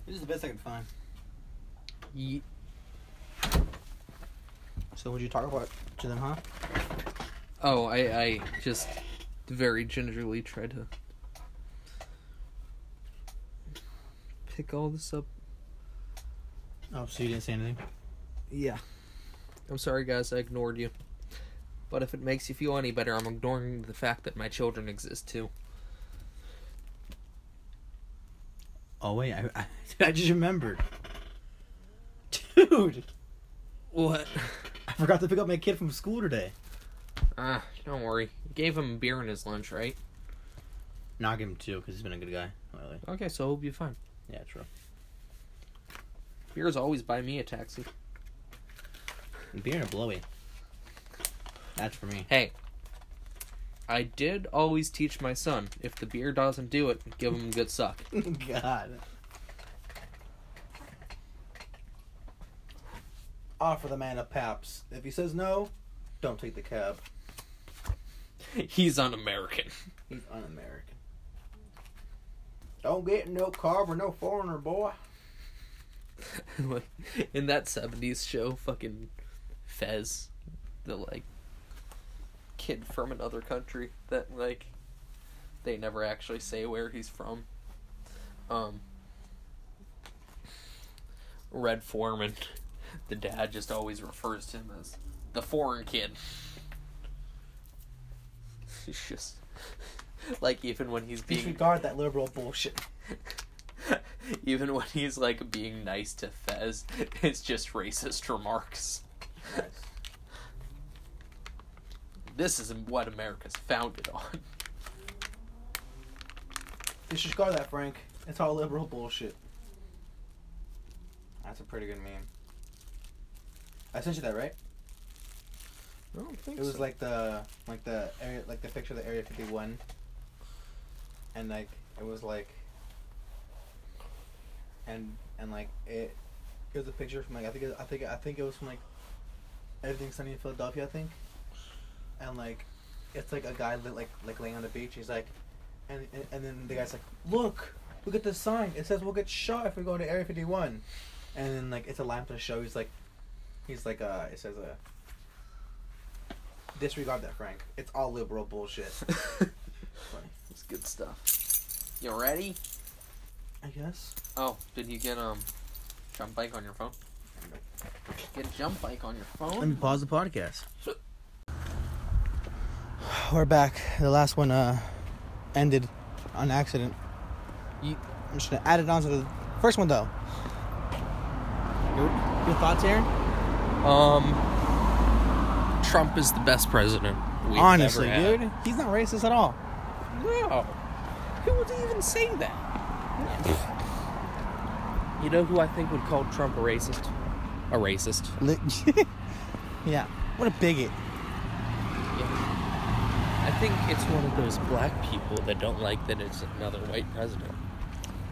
Speaker 2: This is the best I could find.
Speaker 1: Ye-
Speaker 2: So would you talk about to them, huh?
Speaker 1: oh, I, I just very gingerly tried to pick all this up.
Speaker 2: Oh, so you didn't say anything?
Speaker 1: Yeah. I'm sorry, guys, I ignored you. But if it makes you feel any better, I'm ignoring the fact that my children exist too.
Speaker 2: Oh wait, I I, I just remembered. Dude,
Speaker 1: What?
Speaker 2: I forgot to pick up my kid from school today.
Speaker 1: Ah, don't worry. Gave him beer in his lunch, right?
Speaker 2: Knock him too, because he's been a good guy lately.
Speaker 1: Okay, so he'll be fine.
Speaker 2: Yeah, true.
Speaker 1: Beers always buy me a taxi.
Speaker 2: Beer and a blowy. That's for me.
Speaker 1: Hey, I did always teach my son if the beer doesn't do it, give him a good suck.
Speaker 2: God. Offer the man a paps. If he says no, don't take the cab.
Speaker 1: He's un-American.
Speaker 2: He's un-American. Don't get no carb or no foreigner, boy.
Speaker 1: like in that seventies show, fucking Fez, the like kid from another country that like they never actually say where he's from. Um Red Foreman. The dad just always refers to him as the foreign kid. He's just like even when he's being
Speaker 2: Disregard that liberal bullshit.
Speaker 1: even when he's like being nice to Fez, it's just racist remarks. This is what America's founded on.
Speaker 2: Disregard that, Frank. It's all liberal bullshit. That's a pretty good meme. I sent you that, right?
Speaker 1: I don't think
Speaker 2: It was like the like the area like the picture of the Area 51, and like it was like, and and like it, it was a picture from like I think it, I think I think it was from like, everything sunny in Philadelphia I think, and like, it's like a guy li- like like laying on the beach. He's like, and and, and then the guy's like, look, look at the sign. It says we'll get shot if we go to Area 51, and then like it's a line for the show. He's like, he's like uh it says uh. Disregard that, Frank. It's all liberal bullshit. Funny.
Speaker 1: it's good stuff. You ready?
Speaker 2: I guess.
Speaker 1: Oh, did you get um jump bike on your phone? Get jump bike on your phone?
Speaker 2: pause the podcast. We're back. The last one uh ended on accident.
Speaker 1: You,
Speaker 2: I'm just gonna add it on to the first one though. Your, your thoughts, Aaron?
Speaker 1: um, Trump is the best president. We've
Speaker 2: Honestly,
Speaker 1: ever had.
Speaker 2: dude, he's not racist at all.
Speaker 1: No. Who would even say that? You know who I think would call Trump a racist? A racist.
Speaker 2: Li- yeah. What a bigot.
Speaker 1: I think it's one of those black people that don't like that it's another white president.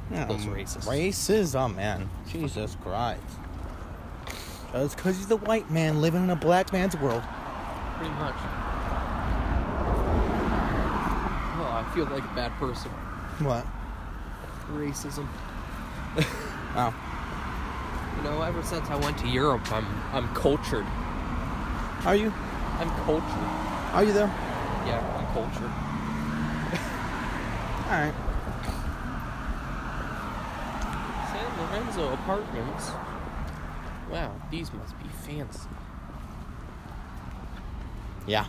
Speaker 2: Yeah,
Speaker 1: Those
Speaker 2: um,
Speaker 1: racists.
Speaker 2: Racism, man. Jesus Christ. That's because he's a white man living in a black man's world.
Speaker 1: Pretty much. Oh, I I feel like a bad person.
Speaker 2: What?
Speaker 1: Racism.
Speaker 2: Oh.
Speaker 1: You know, ever since I went to Europe, I'm I'm cultured.
Speaker 2: Are you?
Speaker 1: I'm cultured.
Speaker 2: Are you though?
Speaker 1: Yeah, I'm cultured.
Speaker 2: All right.
Speaker 1: San Lorenzo Apartments. Wow, these must be fancy.
Speaker 2: Yeah.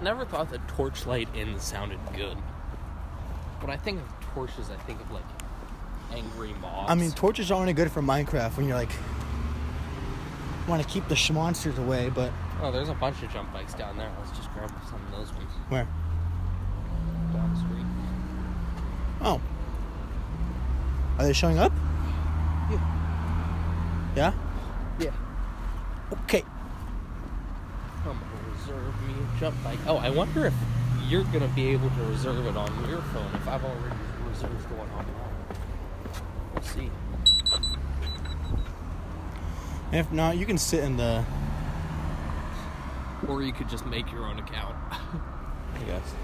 Speaker 1: Never thought that Torchlight Inn sounded good. When I think of torches, I think of like angry mobs.
Speaker 2: I mean, torches are only good for Minecraft when you're like want to keep the monsters away, but
Speaker 1: oh, there's a bunch of jump bikes down there. Let's just grab some of those ones
Speaker 2: where?
Speaker 1: down the street.
Speaker 2: Oh. Are they showing up?
Speaker 1: Yeah.
Speaker 2: Yeah.
Speaker 1: Yeah.
Speaker 2: Okay.
Speaker 1: I'm gonna reserve me a jump bike. Oh, I wonder if you're gonna be able to reserve it on your phone if I've already reserved one on mine. We'll see.
Speaker 2: If not, you can sit in the.
Speaker 1: Or you could just make your own account.
Speaker 2: I guess.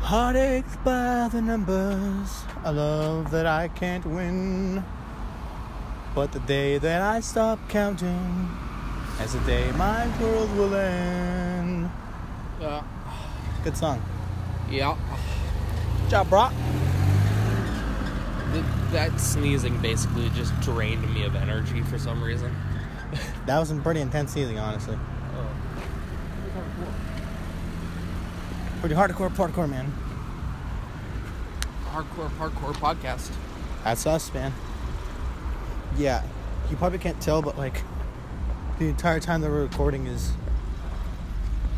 Speaker 2: Heartaches by the numbers, a love that I can't win. But the day that I stop counting, as the day my world will end.
Speaker 1: Yeah.
Speaker 2: Good song.
Speaker 1: Yeah.
Speaker 2: Good job, Brock.
Speaker 1: Th- that sneezing basically just drained me of energy for some reason.
Speaker 2: That was a pretty intense season, honestly.
Speaker 1: Oh.
Speaker 2: Pretty hardcore, hardcore, man.
Speaker 1: Hardcore, hardcore podcast.
Speaker 2: That's us, man. Yeah, you probably can't tell, but like, the entire time that we're recording is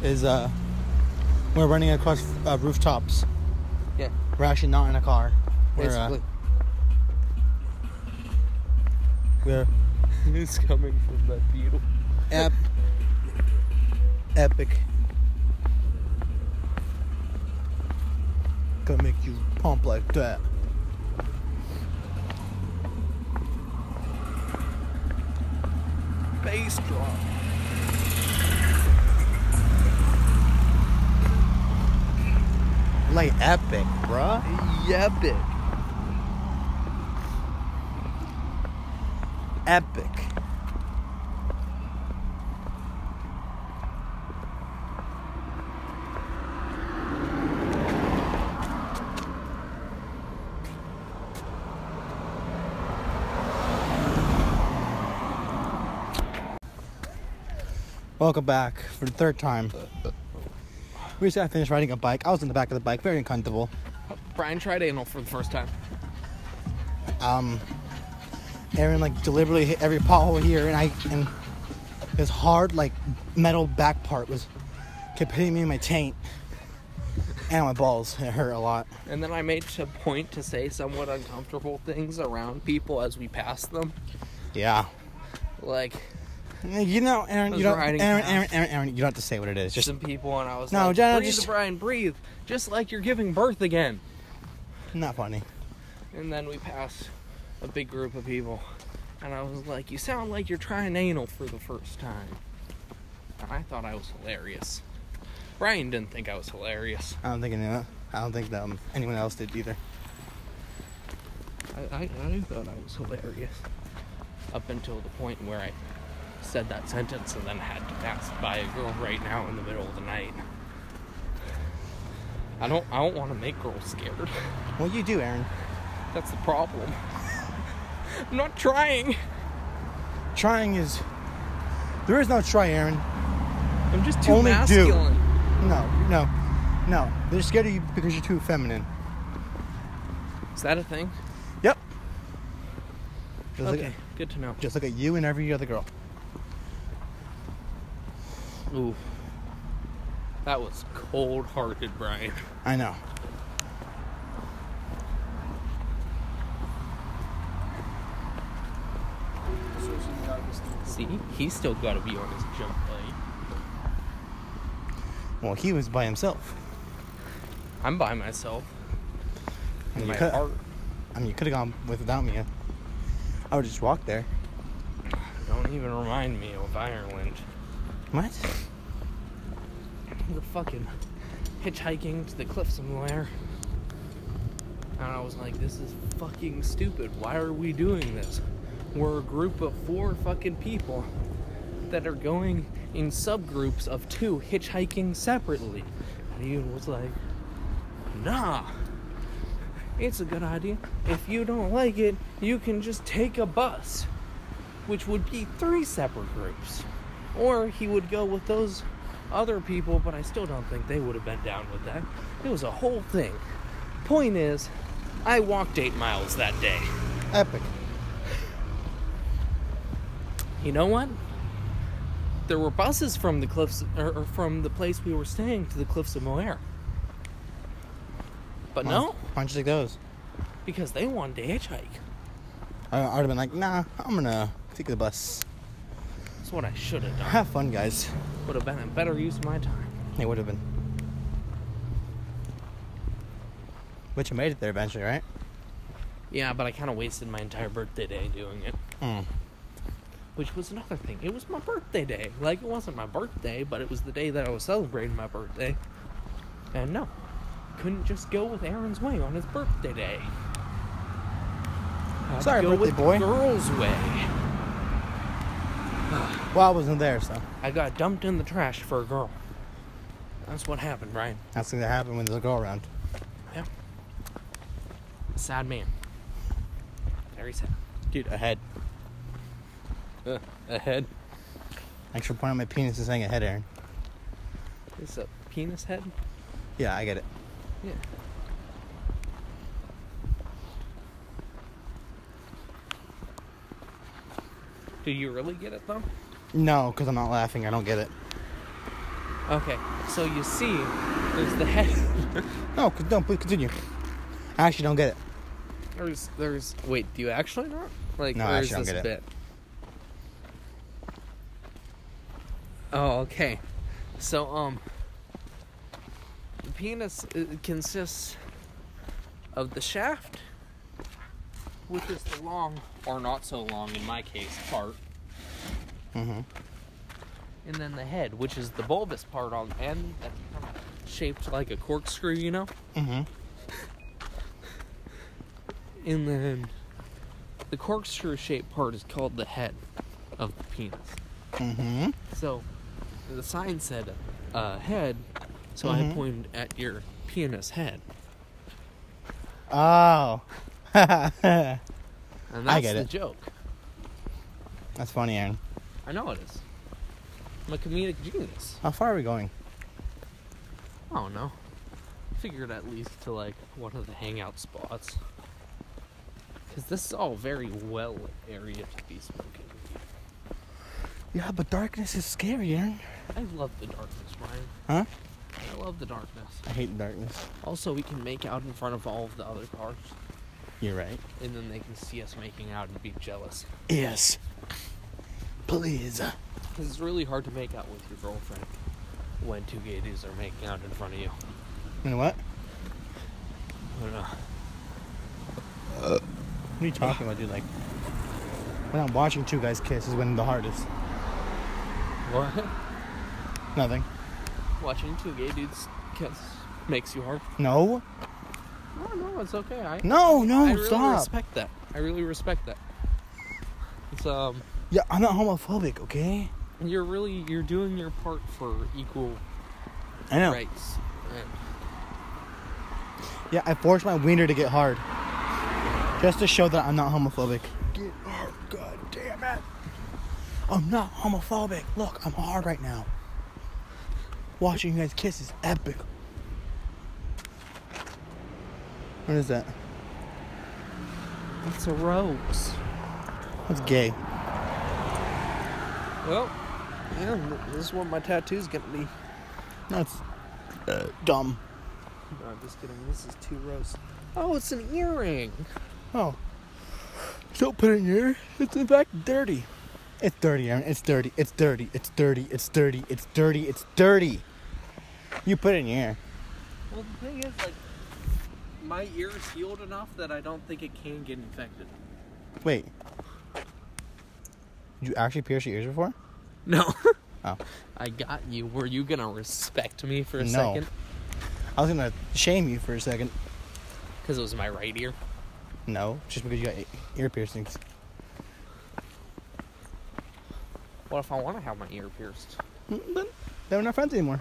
Speaker 2: is uh, we're running across uh, rooftops.
Speaker 1: Yeah,
Speaker 2: We're actually not in a car. We're, uh,
Speaker 1: basically.
Speaker 2: we're
Speaker 1: it's coming from that beautiful.
Speaker 2: ep- epic. Gonna make you pump like that.
Speaker 1: Bass drop.
Speaker 2: Like epic, bruh.
Speaker 1: Epic.
Speaker 2: epic. Welcome back for the third time. We just got finished riding a bike. I was in the back of the bike, very uncomfortable.
Speaker 1: Brian tried anal for the first time.
Speaker 2: um, Aaron like deliberately hit every pothole here, and I and his hard like metal back part was kept hitting me in my taint and my balls. It hurt a lot.
Speaker 1: And then I made a point to say somewhat uncomfortable things around people as we passed them.
Speaker 2: Yeah.
Speaker 1: Like
Speaker 2: You know, Aaron.
Speaker 1: Those
Speaker 2: You don't. Aaron,
Speaker 1: riding
Speaker 2: Aaron.
Speaker 1: paths.
Speaker 2: Aaron. Aaron. You don't have to say what it is. Just
Speaker 1: some people, and I was
Speaker 2: No,
Speaker 1: like,
Speaker 2: Jenna,
Speaker 1: breathe,
Speaker 2: just-
Speaker 1: Brian, breathe, just like you're giving birth again.
Speaker 2: not funny.
Speaker 1: And then we passed a big group of people. And I was like, You sound like you're trying anal for the first time. And I thought I was hilarious. Brian didn't think I was hilarious.
Speaker 2: I don't think anyone. I don't think um, anyone else did either.
Speaker 1: I, I, I thought I was hilarious. Up until the point where I said that sentence and then had to pass by a girl right now in the middle of the night. I don't I don't want to make girls scared.
Speaker 2: Well, you do, Aaron.
Speaker 1: That's the problem. I'm not trying.
Speaker 2: Trying is. There is no try, Aaron.
Speaker 1: I'm just too
Speaker 2: Only do.
Speaker 1: masculine.
Speaker 2: No, no, no. They're scared of you because you're too feminine.
Speaker 1: Is that a thing?
Speaker 2: Yep. Just
Speaker 1: okay,
Speaker 2: look at,
Speaker 1: good to know.
Speaker 2: just look at you and every other girl.
Speaker 1: Ooh, that was cold-hearted, Brian.
Speaker 2: I know.
Speaker 1: See, he's still got to be on his jump plate.
Speaker 2: Well, he was by himself.
Speaker 1: I'm by myself. In
Speaker 2: I mean,
Speaker 1: my
Speaker 2: you could,
Speaker 1: heart.
Speaker 2: I mean, you could have gone without me. I would just walk there.
Speaker 1: Don't even remind me of Ireland.
Speaker 2: What?
Speaker 1: We're fucking hitchhiking to the cliff somewhere. And I was like, this is fucking stupid. Why are we doing this? We're a group of four fucking people that are going in subgroups of two hitchhiking separately. And Ian was like, nah. It's a good idea. If you don't like it, you can just take a bus, which would be three separate groups. Or he would go with those other people, but I still don't think they would have been down with that. It was a whole thing. Point is, I walked eight miles that day.
Speaker 2: Epic.
Speaker 1: You know what? There were buses from the cliffs, or, or from the place we were staying to the cliffs of Moher. But
Speaker 2: Why-
Speaker 1: no,
Speaker 2: Why don't you take those?
Speaker 1: because they wanted to hitchhike.
Speaker 2: I, I would have been like, nah, I'm gonna take the bus.
Speaker 1: That's what I should have done.
Speaker 2: Have fun, guys.
Speaker 1: Would have been a better use of my time.
Speaker 2: It would have been. But you made it there eventually, right?
Speaker 1: Yeah, but I kind of wasted my entire birthday day doing it,
Speaker 2: Mm.
Speaker 1: which was another thing. It was my birthday day. Like, it wasn't my birthday, but it was the day that I was celebrating my birthday. And no, couldn't just go with Aaron's way on his birthday day. I had to
Speaker 2: Sorry,
Speaker 1: go
Speaker 2: birthday
Speaker 1: with
Speaker 2: boy.
Speaker 1: Girls' way.
Speaker 2: Well, I wasn't there, so
Speaker 1: I got dumped in the trash for a girl. That's what happened, Brian.
Speaker 2: that's gonna happen when there's a girl around.
Speaker 1: Yeah. Sad man. Very sad.
Speaker 2: Dude, ahead.
Speaker 1: Uh, ahead.
Speaker 2: Thanks for pointing my penis and saying ahead, Aaron.
Speaker 1: Is a penis head?
Speaker 2: Yeah, I get it.
Speaker 1: Yeah. Do you really get it though?
Speaker 2: No, because I'm not laughing. I don't get it.
Speaker 1: Okay, so you see, there's the head.
Speaker 2: No, c- don't. Please continue. I actually don't get it.
Speaker 1: there's, there's. Wait, do you actually not? Like,
Speaker 2: No, I
Speaker 1: where's
Speaker 2: actually
Speaker 1: this
Speaker 2: don't get
Speaker 1: bit?
Speaker 2: it.
Speaker 1: Oh, okay. So, um, the penis uh, consists of the shaft, which is the long, or not so long in my case, part,
Speaker 2: Mm-hmm.
Speaker 1: and then the head, which is the bulbous part on the end that's kind of shaped like a corkscrew, you know?
Speaker 2: Mm-hmm.
Speaker 1: And then the corkscrew shaped part is called the head of the penis.
Speaker 2: Mm-hmm.
Speaker 1: So the sign said uh, head, so I
Speaker 2: Mhm.
Speaker 1: pointed at your penis head.
Speaker 2: Oh.
Speaker 1: And that's
Speaker 2: I get
Speaker 1: the
Speaker 2: it.
Speaker 1: joke.
Speaker 2: that's funny, Aaron.
Speaker 1: I know it is. I'm a comedic genius.
Speaker 2: How far are we going?
Speaker 1: I don't know. Figured at least to like one of the hangout spots. Because this is all very well area to be smoking.
Speaker 2: Yeah, but darkness is scary, Aaron.
Speaker 1: I love the darkness, Ryan.
Speaker 2: Huh?
Speaker 1: I love the darkness.
Speaker 2: I hate darkness.
Speaker 1: Also, we can make out in front of all of the other cars,
Speaker 2: You're right.
Speaker 1: and then they can see us making out and be jealous.
Speaker 2: Yes. Please.
Speaker 1: Because it's really hard to make out with your girlfriend when two gay dudes are making out in front of you.
Speaker 2: You know what?
Speaker 1: I don't know.
Speaker 2: What are you talking about, dude? Like, when I'm watching two guys kiss is when the hardest.
Speaker 1: What?
Speaker 2: Nothing.
Speaker 1: Watching two gay dudes kiss makes you hard.
Speaker 2: No.
Speaker 1: No, no, it's okay. I,
Speaker 2: No, no,
Speaker 1: I really
Speaker 2: stop.
Speaker 1: respect that. I really respect that. It's um,
Speaker 2: yeah, I'm not homophobic, okay?
Speaker 1: you're really you're doing your part for equal
Speaker 2: I know.
Speaker 1: rights. Right.
Speaker 2: Yeah, I forced my wiener to get hard. Just to show that I'm not homophobic. Get hard, god damn it. I'm not homophobic. Look, I'm hard right now. Watching you guys kiss is epic. What is that?
Speaker 1: It's a rose.
Speaker 2: That's gay.
Speaker 1: Well, yeah, th- this is what my tattoo's gonna be.
Speaker 2: That's uh, dumb.
Speaker 1: No, I'm just kidding. This is two rows. Oh, it's an earring.
Speaker 2: Oh. Don't put it in your ear. It's in fact dirty. It's dirty, Aaron. It's dirty. It's dirty. It's dirty. It's dirty. It's dirty. It's dirty. You put it in your ear.
Speaker 1: Well, the thing is, like, my ear is healed enough that I don't think it can get infected.
Speaker 2: Wait. You actually pierced your ears before?
Speaker 1: No.
Speaker 2: Oh.
Speaker 1: I got you. Were you gonna respect me for a
Speaker 2: No.
Speaker 1: second?
Speaker 2: I was gonna shame you for a second.
Speaker 1: Because it was my right ear.
Speaker 2: No, just because you got e- ear piercings.
Speaker 1: What if I want to have my ear pierced?
Speaker 2: Mm, But then we're not friends anymore.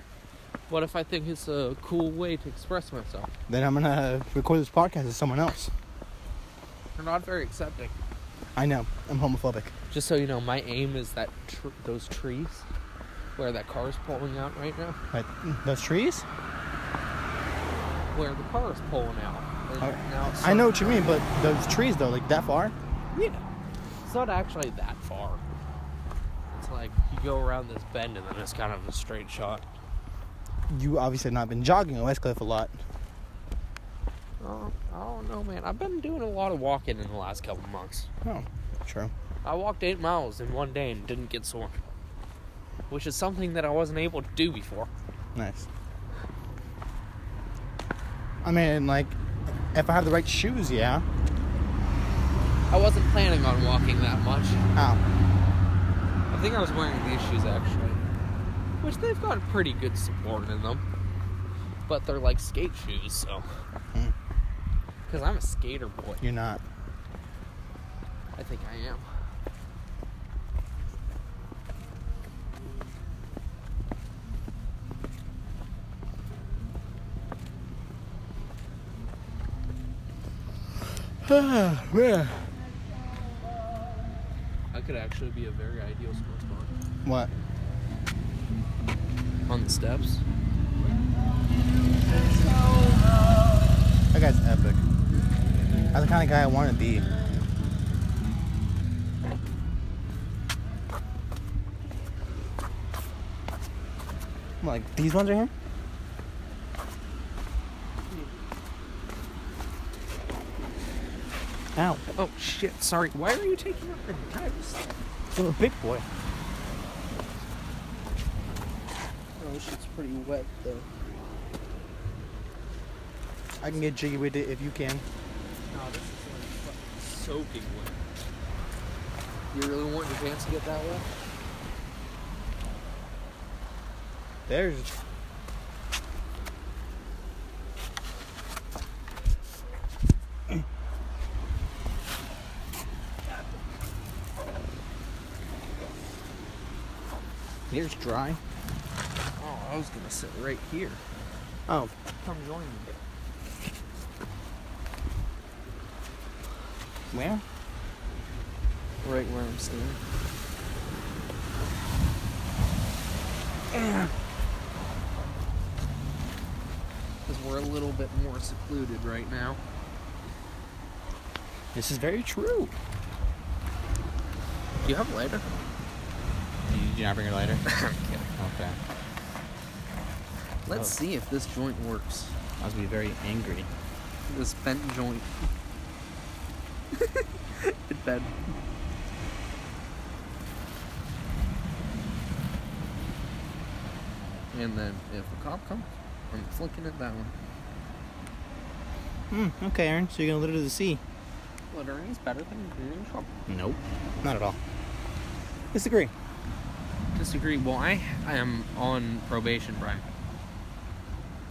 Speaker 1: What if I think it's a cool way to express myself?
Speaker 2: Then I'm gonna record this podcast with someone else.
Speaker 1: They're not very accepting.
Speaker 2: I know. I'm homophobic.
Speaker 1: Just so you know, my aim is that tr- those trees where that car is pulling out right now,
Speaker 2: But those trees?
Speaker 1: where the car is pulling out. And
Speaker 2: I-
Speaker 1: now it's
Speaker 2: Oh, I know what you mean, but those trees though, like that far?
Speaker 1: Yeah. It's not actually that far. It's like you go around this bend and then it's kind of a straight shot.
Speaker 2: You obviously have not been jogging in Westcliff a lot.
Speaker 1: Oh, I don't know, man. I've been doing a lot of walking in the last couple months.
Speaker 2: Oh, true.
Speaker 1: I walked eight miles in one day and didn't get sore, which is something that I wasn't able to do before.
Speaker 2: Nice. I mean, like, if I have the right shoes, yeah.
Speaker 1: I wasn't planning on walking that much.
Speaker 2: Ow.
Speaker 1: I think I was wearing these shoes actually, which they've got pretty good support in them, but they're like skate shoes, so.
Speaker 2: Hmm.
Speaker 1: Because I'm a skater boy.
Speaker 2: You're not.
Speaker 1: I think I am.
Speaker 2: yeah.
Speaker 1: I could actually be a very ideal sports bar.
Speaker 2: What?
Speaker 1: On the steps?
Speaker 2: That guy's epic. That's the kind of guy I want to be. I'm Like these ones right here? Ow.
Speaker 1: Oh shit, sorry. Why are you taking up the entire step?
Speaker 2: I'm a big boy.
Speaker 1: Oh shit's pretty wet though.
Speaker 2: I can get jiggy with it if you can.
Speaker 1: No, this is like fucking soaking wet. You really want your pants to get that wet?
Speaker 2: There's. There's dry.
Speaker 1: Oh, I was gonna sit right here.
Speaker 2: Oh,
Speaker 1: Come join me.
Speaker 2: where?
Speaker 1: Right where I'm standing. Because we're a little bit more secluded right now.
Speaker 2: This is very true.
Speaker 1: Do you have a lighter?
Speaker 2: Did you not bring your lighter? okay.
Speaker 1: Let's
Speaker 2: Oh.
Speaker 1: see if this joint works.
Speaker 2: I was gonna be very angry.
Speaker 1: This bent joint. it bent. And then if a cop comes, I'm flicking at that one.
Speaker 2: Hmm. Okay, Aaron. So you're gonna litter to the sea?
Speaker 1: Littering is better than being in trouble.
Speaker 2: Nope. Not at all. Disagree.
Speaker 1: Disagree. Why? I am on probation, Brian.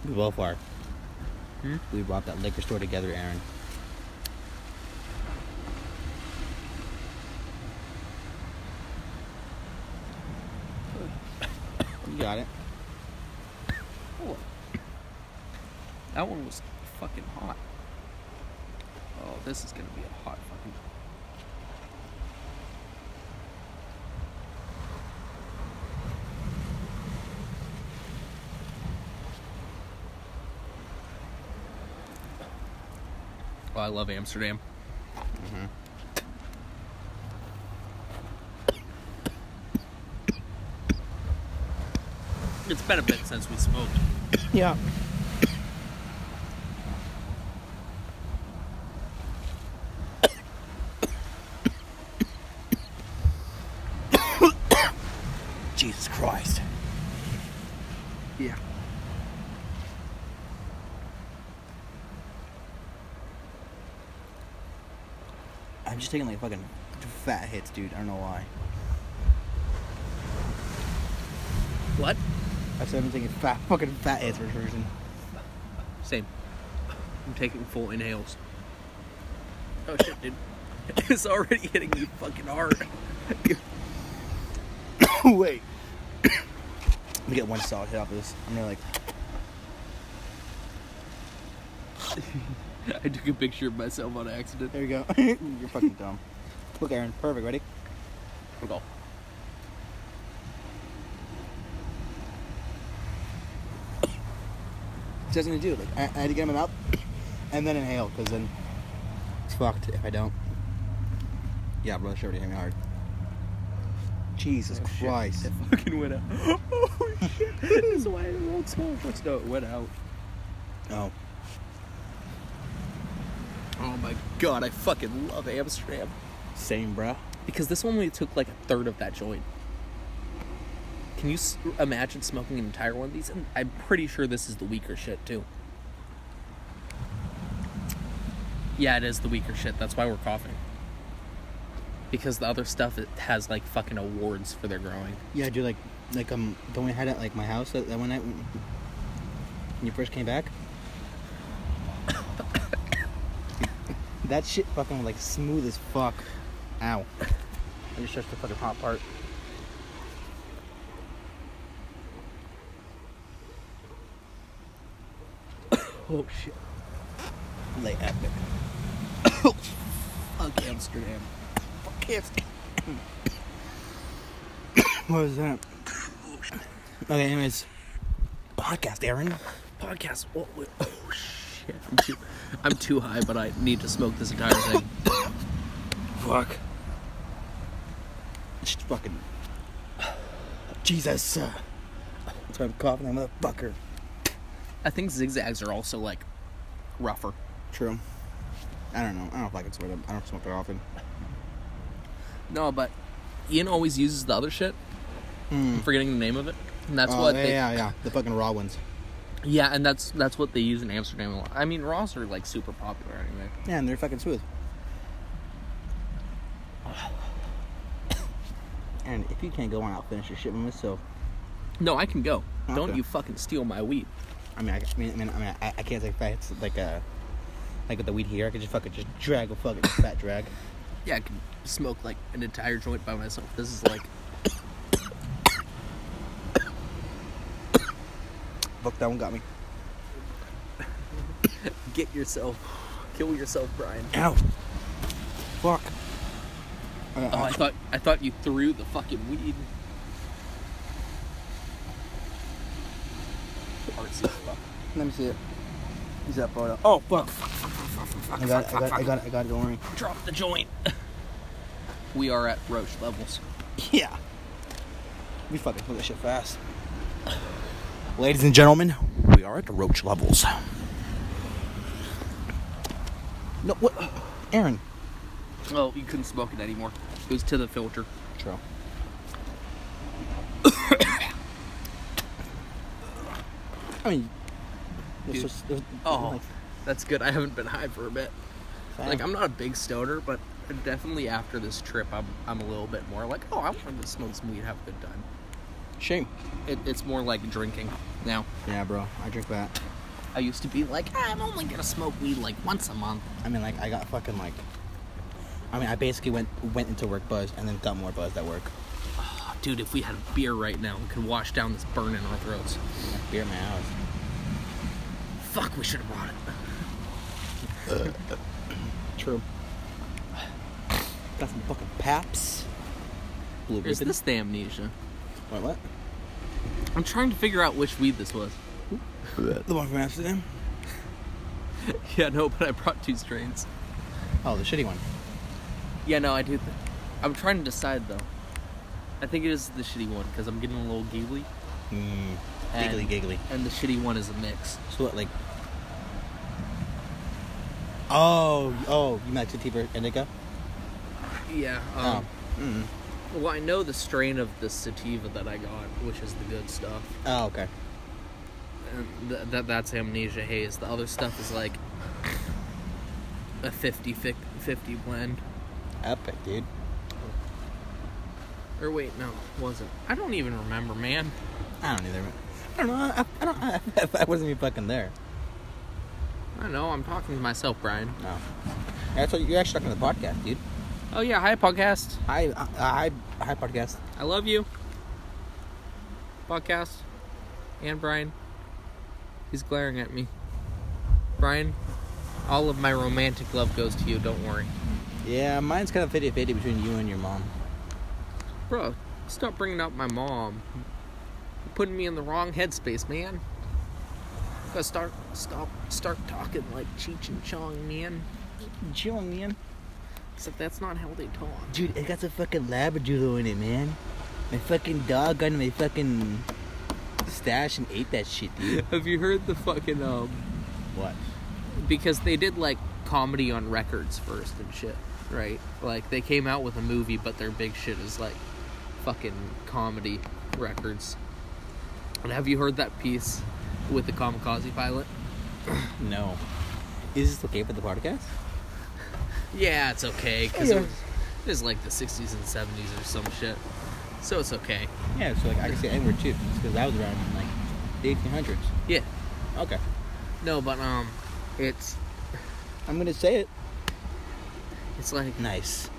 Speaker 2: We both are.
Speaker 1: Hmm?
Speaker 2: We bought that liquor store together, Aaron. you got it.
Speaker 1: Oh. That one was fucking hot. Oh, this is gonna be a hot fucking. Oh, I love Amsterdam. Mm-hmm. It's been a bit since we smoked.
Speaker 2: Yeah. Jesus Christ.
Speaker 1: Yeah.
Speaker 2: I'm just taking like fucking fat hits, dude. I don't know why.
Speaker 1: What?
Speaker 2: I said I'm taking fat fucking fat hits for some reason.
Speaker 1: Same. I'm taking full inhales. Oh shit, dude. It's already hitting me fucking hard.
Speaker 2: Wait. Let me get one solid hit off of this. I'm gonna like
Speaker 1: I took a picture of myself on accident.
Speaker 2: there you go. You're fucking dumb. Look Aaron, perfect, ready?
Speaker 1: Go.
Speaker 2: That's what I was gonna do. Like I, I had to get in my mouth and then inhale, because then it's fucked if I don't. Yeah, bro, that shit already hit me hard. Jesus
Speaker 1: Oh, shit.
Speaker 2: Christ.
Speaker 1: It fucking went out. Oh shit. That's why it rolled so much. No, it went out.
Speaker 2: Oh.
Speaker 1: Oh my god, I fucking love Amsterdam.
Speaker 2: Same, bruh.
Speaker 1: Because this one only took like a third of that joint. Can you s- imagine smoking an entire one of these? And I'm pretty sure this is the weaker shit too. Yeah, it is the weaker shit. That's why we're coughing. Because the other stuff it has like fucking awards for their growing.
Speaker 2: Yeah, dude, like, like, um, the one I had at, like, my house that, that one night when when you first came back. that shit fucking, like, smooth as fuck. Ow. I just touched the fucking Pop Tart.
Speaker 1: Oh shit!
Speaker 2: Like, epic.
Speaker 1: Fuck Amsterdam. Fuck Amsterdam.
Speaker 2: What was that? Okay, anyways. Podcast, Aaron.
Speaker 1: Podcast. What? we- Oh shit! I'm too, I'm too high, but I need to smoke this entire thing.
Speaker 2: Fuck. Just fucking. Jesus. uh, That's why I'm coughing, that motherfucker.
Speaker 1: I think zigzags are also like rougher.
Speaker 2: True. I don't know. I don't fucking swear. I don't smoke that often.
Speaker 1: No, but Ian always uses the other shit. I'm forgetting the name of it. And that's
Speaker 2: Hmm. Oh,
Speaker 1: what
Speaker 2: yeah,
Speaker 1: they yeah.
Speaker 2: yeah, yeah. The fucking raw ones.
Speaker 1: and that's that's what they use in Amsterdam. a lot. I mean, Raws are like super popular anyway.
Speaker 2: Yeah, and they're fucking smooth. And if you can't go on, I'll finish this shit by myself.
Speaker 1: No, I can go. Don't
Speaker 2: Okay.
Speaker 1: you fucking steal my weed.
Speaker 2: I mean, I, I mean, I mean, I, mean, I, I can't take fats like uh, like with the weed here. I could just fucking just drag a fucking fat drag.
Speaker 1: Yeah, I can smoke like an entire joint by myself. This is like
Speaker 2: Fuck, that one got me.
Speaker 1: get yourself, kill yourself, Brian.
Speaker 2: Ow. Fuck. I got-
Speaker 1: Oh, I thought I thought you threw the fucking weed. Artsy as fuck.
Speaker 2: Let me see it. Is that photo? Oh fuck! I got, it, I got, it, I got, it, I got. it, Don't worry.
Speaker 1: Drop the joint. we are at Roche levels.
Speaker 2: Yeah. We fucking put this shit fast. Ladies and gentlemen, we are at the roach levels. No, what? Aaron.
Speaker 1: Oh, you couldn't smoke it anymore. It was to the filter.
Speaker 2: True. I mean,
Speaker 1: Dude.
Speaker 2: it's just, there's-
Speaker 1: Oh, that's good. I haven't been high for a bit. Like I'm not a big stoner, but definitely after this trip, I'm I'm a little bit more like, oh, I want to smoke some weed, have a good time.
Speaker 2: shame.
Speaker 1: It, it's more like drinking now.
Speaker 2: Yeah, bro, I drink that.
Speaker 1: I used to be like, "Ah, I'm only gonna smoke weed like once a month.
Speaker 2: I mean, like, I got fucking like. I mean, I basically went went into work buzzed and then got more buzzed at work.
Speaker 1: Oh, dude, if we had a beer right now, we could wash down this burn in our throats.
Speaker 2: Beer in my house.
Speaker 1: Fuck, we should have brought it.
Speaker 2: True. Got some fucking paps. Blue
Speaker 1: Is
Speaker 2: ribbon.
Speaker 1: this the amnesia?
Speaker 2: Wait, what?
Speaker 1: I'm trying to figure out which weed this was.
Speaker 2: The one from Amsterdam.
Speaker 1: yeah, no, but I brought two strains.
Speaker 2: Oh, the shitty one.
Speaker 1: Yeah, no, I do. Th- I'm trying to decide though. I think it is the shitty one because I'm getting a little giggly,
Speaker 2: Mm.
Speaker 1: And-
Speaker 2: Giggly, giggly.
Speaker 1: and the shitty one is a mix.
Speaker 2: So what, like? Oh, oh, you matched the T-bird indica.
Speaker 1: Yeah.
Speaker 2: Oh.
Speaker 1: Um,
Speaker 2: Mm.
Speaker 1: Well, I know the strain of the sativa that I got, which is the good stuff.
Speaker 2: Oh, okay.
Speaker 1: And th- that that's amnesia haze. The other stuff is like a 50 fic- 50 blend.
Speaker 2: Epic, dude.
Speaker 1: Or wait, no, it wasn't. I don't even remember, man.
Speaker 2: I don't either. I don't know. I, I don't. I, I wasn't even fucking there.
Speaker 1: I know. I'm talking to myself, Brian.
Speaker 2: No. That's what you're actually talking to the podcast, dude.
Speaker 1: Oh yeah, hi podcast.
Speaker 2: Hi, uh, hi, hi, podcast.
Speaker 1: I love you. Podcast and Brian. He's glaring at me. Brian, all of my romantic love goes to you, don't worry.
Speaker 2: Yeah, mine's kind of 50 50 between you and your mom.
Speaker 1: Bro, stop bringing up my mom. You're putting me in the wrong headspace, man. Gotta start, stop, start talking like Cheech and Chong, man.
Speaker 2: Chilling, man.
Speaker 1: Except that's not how they talk.
Speaker 2: Dude, it got some fucking Labradoodle in it, man. My fucking dog got in my fucking stash and ate that shit, dude.
Speaker 1: Have you heard the fucking um?
Speaker 2: What?
Speaker 1: Because they did like comedy on records first and shit, right? Like they came out with a movie, but their big shit is like fucking comedy records. And have you heard that piece with the Kamikaze Pilot?
Speaker 2: No. Is this okay for the podcast?
Speaker 1: Yeah, it's okay because
Speaker 2: Yeah.
Speaker 1: it, was, it was like the '60s and '70s or some shit, so it's okay.
Speaker 2: Yeah, so like I can say N word too, because I was around in like the 1800s.
Speaker 1: Yeah,
Speaker 2: Okay.
Speaker 1: no, but um, it's
Speaker 2: I'm gonna say it.
Speaker 1: it's like
Speaker 2: Nice.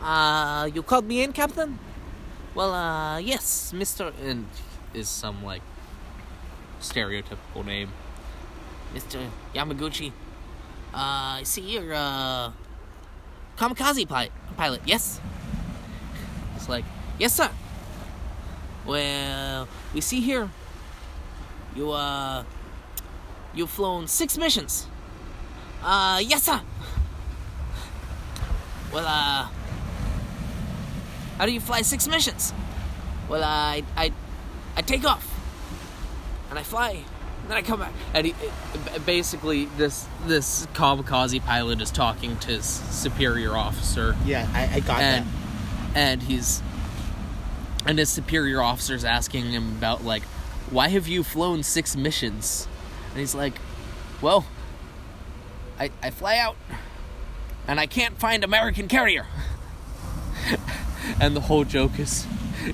Speaker 1: Uh, you called me in, Captain? Well, uh, yes, Mr. And is some, like, stereotypical name. Mr. Yamaguchi. Uh, I see you're, uh, kamikaze pilot, pilot, yes? It's like, yes, sir. Well, we see here you, uh, you've flown six missions. Uh, yes, sir. Well, uh, how do you fly six missions? Well, I, I, I take off, and I fly, and then I come back. And he, b- basically, this this kamikaze pilot is talking to his superior officer,
Speaker 2: Yeah, I, I got
Speaker 1: and
Speaker 2: that.
Speaker 1: and he's and his superior officer's asking him about like, why have you flown six missions? And he's like, well, I I fly out, and I can't find American carrier. and the whole joke is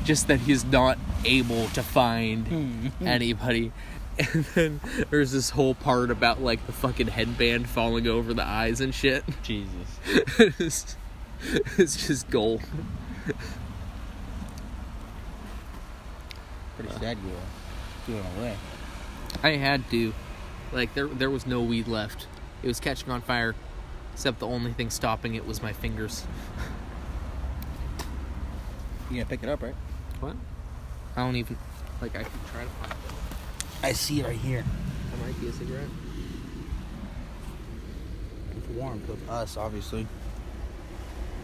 Speaker 1: just that he's not able to find anybody. And then there's this whole part about like the fucking headband falling over the eyes and shit
Speaker 2: Jesus.
Speaker 1: it's, it's just gold.
Speaker 2: Pretty sad you were doing away.
Speaker 1: I had to, like, there there was no weed left. It was catching on fire, except the only thing stopping it was my fingers.
Speaker 2: You gonna pick it up, right?
Speaker 1: What? I don't even like. I could try to find
Speaker 2: I see it right here.
Speaker 1: it. That might be a cigarette.
Speaker 2: It's warm to us, obviously.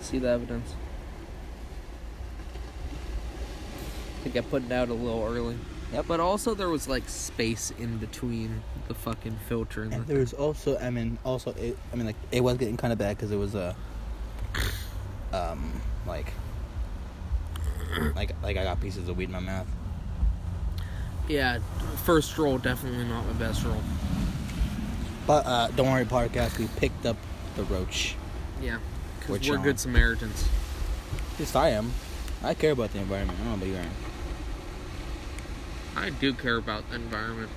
Speaker 1: See the evidence. I think I put it out a little early.
Speaker 2: Yep.
Speaker 1: But also there was like space in between the fucking filter and,
Speaker 2: And
Speaker 1: the.
Speaker 2: there was also, I mean, also, it, I mean, like, it was getting kind of bad because it was a, um, like, like, like I got pieces of weed in my mouth.
Speaker 1: Yeah, first roll definitely not my best roll.
Speaker 2: But uh, don't worry, podcast. We picked up the roach.
Speaker 1: Yeah,
Speaker 2: We're
Speaker 1: because we're
Speaker 2: chilling.
Speaker 1: good Samaritans.
Speaker 2: At least I am. I care about the environment. I don't know about you, Aaron.
Speaker 1: I do care about the environment.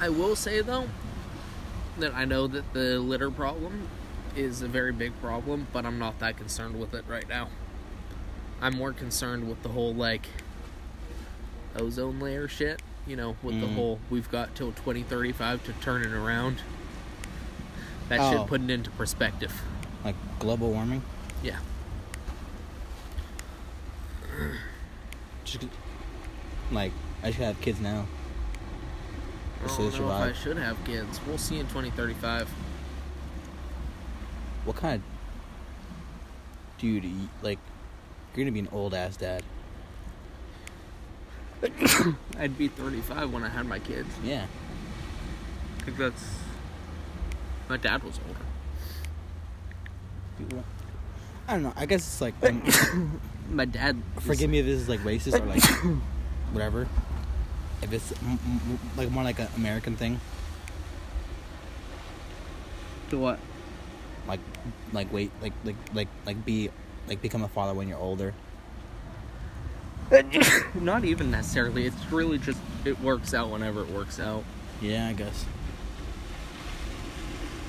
Speaker 1: I will say though that I know that the litter problem is a very big problem, but I'm not that concerned with it right now. I'm more concerned with the whole like ozone layer shit, you know, with the
Speaker 2: Mm.
Speaker 1: whole we've got till 2035 to turn it around. That
Speaker 2: Oh.
Speaker 1: should put it into perspective.
Speaker 2: Like global warming.
Speaker 1: Yeah.
Speaker 2: Just, like I should have kids now.
Speaker 1: I
Speaker 2: So
Speaker 1: don't know
Speaker 2: survive.
Speaker 1: if I should have kids. We'll see in 2035.
Speaker 2: What kind of dude? you- Like you're gonna be an old ass dad.
Speaker 1: I'd be 35 when I had my kids.
Speaker 2: Yeah.
Speaker 1: I think that's. My dad was older.
Speaker 2: You- I don't know. I guess it's like, um,
Speaker 1: My dad.
Speaker 2: forgive me if this is like racist or like whatever. If it's m- m- m- like more like an American thing,
Speaker 1: To what?
Speaker 2: like like wait, like like like like be like become a father when you're older.
Speaker 1: Not even necessarily. It's really just it works out whenever it works out.
Speaker 2: Yeah, I guess.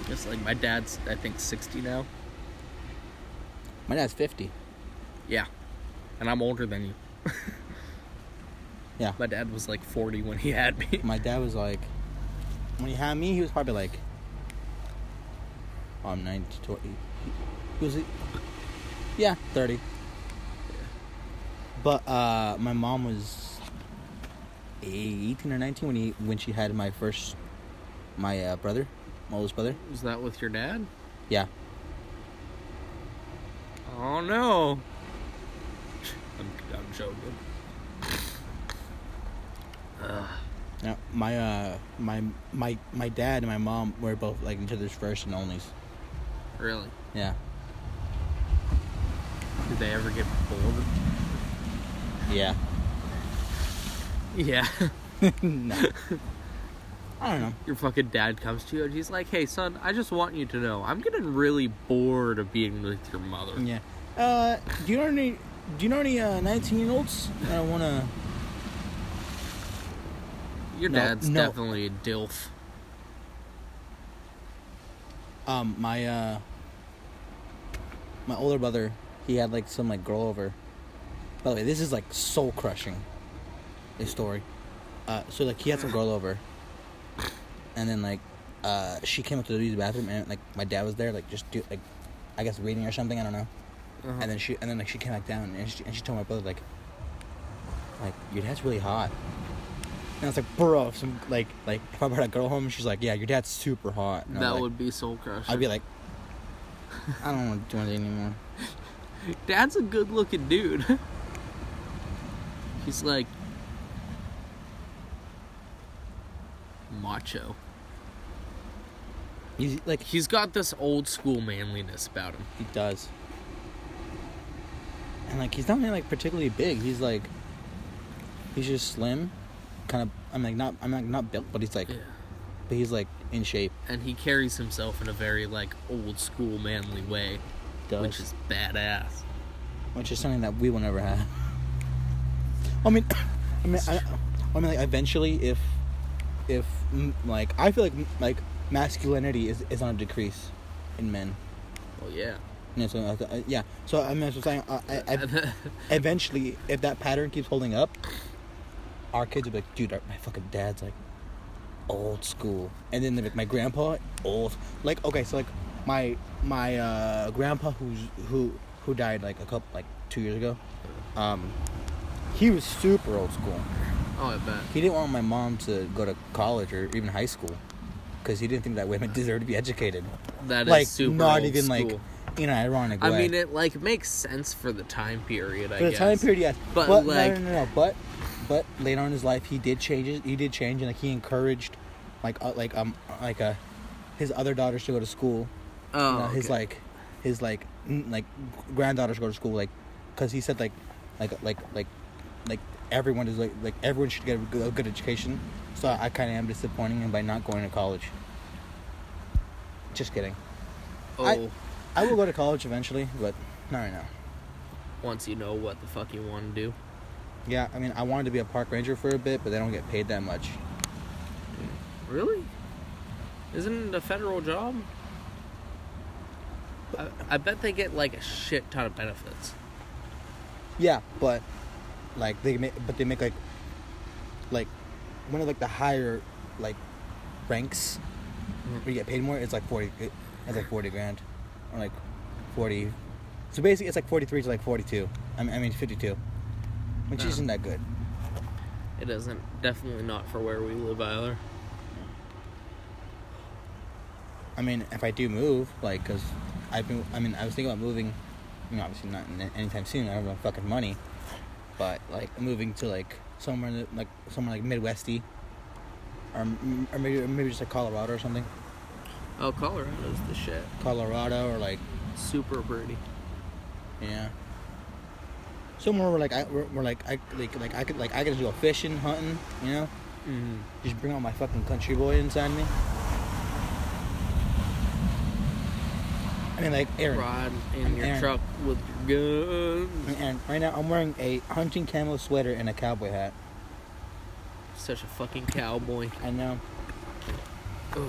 Speaker 1: Just like my dad's, I think sixty now.
Speaker 2: My dad's fifty.
Speaker 1: Yeah, and I'm older than you.
Speaker 2: Yeah.
Speaker 1: My dad was like forty when he had me.
Speaker 2: My dad was like, when he had me, he was probably like, um, 9 to 20. He was, yeah, 30. But uh, my mom was 18 or 19 when he when she had my first, my uh, brother, my oldest brother.
Speaker 1: Was that with your dad?
Speaker 2: Yeah.
Speaker 1: Oh no. I'm, I'm joking. Ugh.
Speaker 2: Now, my uh, my my my dad and my mom were both like each other's first and onlys.
Speaker 1: really?
Speaker 2: Yeah.
Speaker 1: Did they ever get bored?
Speaker 2: Yeah.
Speaker 1: Yeah.
Speaker 2: no. I don't know.
Speaker 1: Your fucking dad comes to you and he's like, "Hey, son, I just want you to know, I'm getting really bored of being with your mother."
Speaker 2: Yeah. Uh, do you know any? Do you know any uh, nineteen-year-olds that I wanna?
Speaker 1: Your
Speaker 2: No,
Speaker 1: dad's
Speaker 2: no.
Speaker 1: definitely a dilf.
Speaker 2: Um, my uh, my older brother, he had like some like girl over. By the way, this is like soul crushing. This story. Uh, so like he had some girl over, and then like, uh, she came up to the bathroom and like my dad was there like just do like, I guess reading or something I don't know. And then she and then like she came back down and she, and she told my brother like, like your dad's really hot. And I was like, bro, if some like like if I brought a girl home, she's like, yeah, your dad's super hot. And I'm
Speaker 1: that
Speaker 2: like,
Speaker 1: would be soul crushing.
Speaker 2: I'd be like, I don't want to do anything anymore.
Speaker 1: Dad's a good looking dude. He's like macho.
Speaker 2: He's like he
Speaker 1: He's got this old school manliness about him.
Speaker 2: he does, and like he's not really like particularly big. He's like, he's just slim, kind of. I'm like not I'm like not built, but he's like, but he's like in shape.
Speaker 1: And he carries himself in a very like old school manly way,
Speaker 2: Does
Speaker 1: which is badass.
Speaker 2: which is something that we will never have. I mean, I mean, I, I mean, like eventually, if, if mm, like I feel like mm, like masculinity is is on a decrease in men.
Speaker 1: Well, Oh, yeah.
Speaker 2: Yeah, so I th- I- yeah, so I mean, that's what I'm saying. I, I, I- eventually, if that pattern keeps holding up, our kids will be like, dude, our, my fucking dad's like old school, and then like my grandpa, old. Like okay, so like my my uh, grandpa who's who who died like a couple like two years ago, um, he was super old school.
Speaker 1: Oh, I bet.
Speaker 2: He didn't want my mom to go to college or even high school, because he didn't think that women deserve to be educated.
Speaker 1: That is
Speaker 2: like
Speaker 1: super
Speaker 2: not
Speaker 1: old
Speaker 2: even
Speaker 1: school.
Speaker 2: like in an ironic
Speaker 1: I
Speaker 2: way.
Speaker 1: mean, it like makes sense for the time period. I
Speaker 2: For the
Speaker 1: guess.
Speaker 2: time period, yes.
Speaker 1: But,
Speaker 2: But,
Speaker 1: like-
Speaker 2: no, no, no, no. But but later on in his life, he did change. it- He did change, and like he encouraged, like uh, like um like uh, his other daughters to go to school.
Speaker 1: Oh,
Speaker 2: You know, His
Speaker 1: okay.
Speaker 2: like, his like n- like granddaughters go to school like, because he said like, like like like like everyone is like like everyone should get a good, a good education. So I kind of am disappointing him by not going to college. Just kidding.
Speaker 1: Oh,
Speaker 2: I- I will go to college eventually, but not right now.
Speaker 1: once you know what the fuck you want to do.
Speaker 2: Yeah, I mean, I wanted to be a park ranger for a bit, but they don't get paid that much.
Speaker 1: Really? Isn't it a federal job? I, I bet they get like a shit ton of benefits.
Speaker 2: Yeah, but like they make, but they make like, like one of like the higher like ranks where you get paid more. It's like forty. it- It's like forty grand, or like forty. So basically, it's like forty three to like forty two. I mean, I mean fifty two, which
Speaker 1: Yeah.
Speaker 2: isn't that good.
Speaker 1: It isn't definitely not for where we live either.
Speaker 2: I mean, if I do move, like, cause I've been. I mean, I was thinking about moving. You know, obviously not in- anytime soon. I don't have fucking money, but like moving to like somewhere in the- like somewhere like Midwesty, or, m- or maybe or maybe just like Colorado or something.
Speaker 1: Oh, Colorado's the shit.
Speaker 2: Colorado or like
Speaker 1: Super pretty.
Speaker 3: Yeah.
Speaker 2: Somewhere where like I where, where like I like like I could like I could just go fishing, hunting, you know.
Speaker 1: Mm-hmm.
Speaker 2: Just bring out my fucking country boy inside me. I mean, like Aaron.
Speaker 1: Rod in
Speaker 2: I'm
Speaker 1: your
Speaker 2: Aaron.
Speaker 1: truck with your guns.
Speaker 2: And right now, I'm wearing a hunting camo sweater and a cowboy hat.
Speaker 1: Such a fucking cowboy.
Speaker 2: I know.
Speaker 1: Ugh.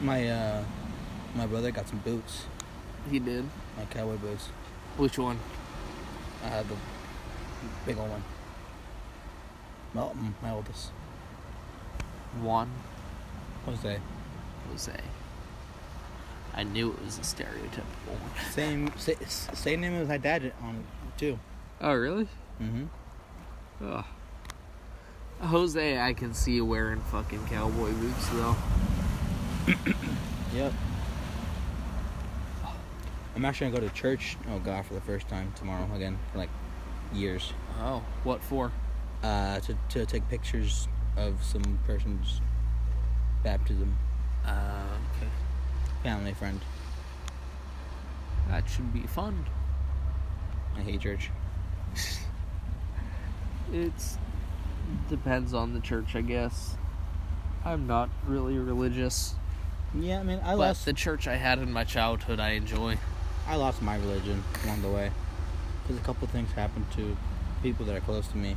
Speaker 2: My uh, my brother got some boots,
Speaker 1: He did.
Speaker 2: my cowboy boots.
Speaker 1: Which one?
Speaker 2: I had the big old one. My, my oldest.
Speaker 1: Juan
Speaker 2: Jose.
Speaker 1: Jose. I knew it was a stereotypical one.
Speaker 2: Same sa- s- same name as my dad on too.
Speaker 1: Oh, really?
Speaker 2: Mm-hmm.
Speaker 1: Ugh. Jose, I can see wearing fucking cowboy boots though.
Speaker 2: Yep. I'm actually gonna go to church. Oh God, for the first time tomorrow again for like years.
Speaker 1: Oh, what for?
Speaker 2: Uh, to to take pictures of some person's baptism,
Speaker 1: Uh, okay.
Speaker 2: family, friend.
Speaker 1: That should be fun.
Speaker 2: I hate church.
Speaker 1: It's depends on the church, I guess. I'm not really religious,
Speaker 2: Yeah, I mean, I
Speaker 1: but
Speaker 2: lost
Speaker 1: the church I had in my childhood, I enjoy.
Speaker 2: I lost my religion along the way because a couple things happened to people that are close to me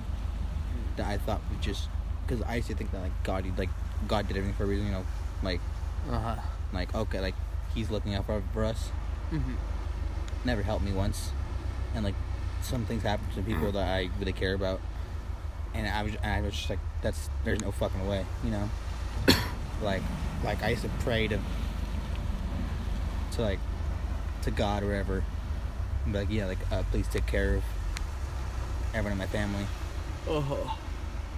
Speaker 2: that I thought was just because I used to think that like God, like God did everything for a reason, you know, like
Speaker 1: Uh huh.
Speaker 2: like okay, like He's looking out for, for us.
Speaker 1: Mm-hmm.
Speaker 2: Never helped me once, and like some things happened to people that I really care about, and I was I was just like that's there's no fucking way, you know, like like I used to pray to to like to God or whatever, and be like yeah, like uh, please take care of everyone in my family.
Speaker 1: Uh huh.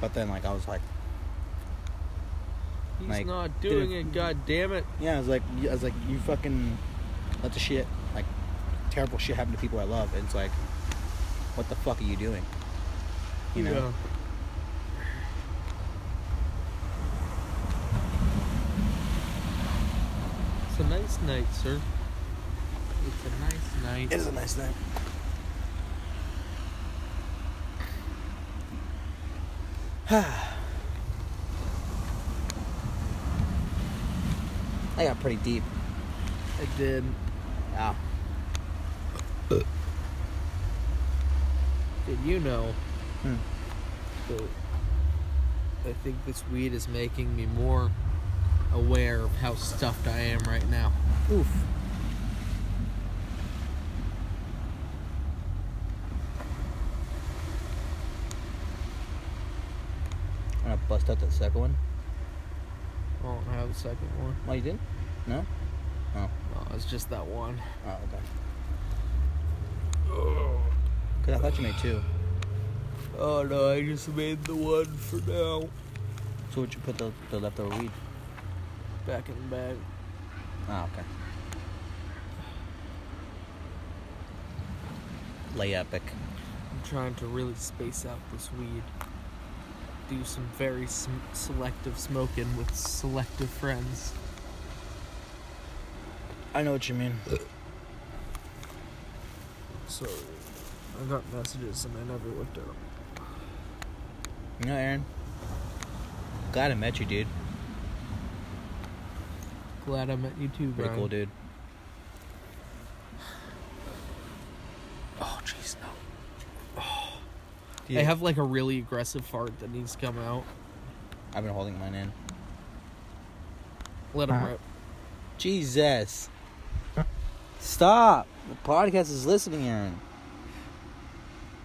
Speaker 2: But then like I was like
Speaker 1: He's
Speaker 2: Like,
Speaker 1: not
Speaker 2: did
Speaker 1: doing
Speaker 2: it-
Speaker 1: it. God damn it!
Speaker 2: yeah, I was like I was like you fucking let the shit like terrible shit happen to people I love, and it's like what the fuck are you doing? You know.
Speaker 1: It's a nice night, sir. It's a nice night.
Speaker 2: is a nice thing. I got pretty deep.
Speaker 1: I did.
Speaker 2: Yeah.
Speaker 1: Did you know
Speaker 2: Hmm.
Speaker 1: that I think this weed is making me more aware of how stuffed I am right now?
Speaker 2: Oof. I'm gonna bust out that second one.
Speaker 1: I don't have a second one.
Speaker 2: Oh, you didn't? No?
Speaker 1: No, it's just that one.
Speaker 2: Oh, okay. Oh. Because I thought you made two.
Speaker 1: Oh no, I just made the one for now.
Speaker 2: So would you put the, the leftover weed?
Speaker 1: Back in the bag.
Speaker 2: Oh, okay. Lay epic.
Speaker 1: I'm trying to really space out this weed. Do some very sm- selective smoking with selective friends.
Speaker 2: I know what you mean.
Speaker 1: So, I got messages and I never looked at them.
Speaker 2: You know, Aaron? Glad I met you, dude.
Speaker 1: Glad I met you too,
Speaker 2: Pretty
Speaker 1: Brian.
Speaker 2: cool, dude.
Speaker 1: Oh, jeez, no.
Speaker 2: Yeah.
Speaker 1: I have like a really aggressive fart that needs to come out.
Speaker 2: I've been holding mine in.
Speaker 1: Let him
Speaker 2: Uh.
Speaker 1: rip.
Speaker 2: Jesus. Stop. The podcast is listening, Aaron.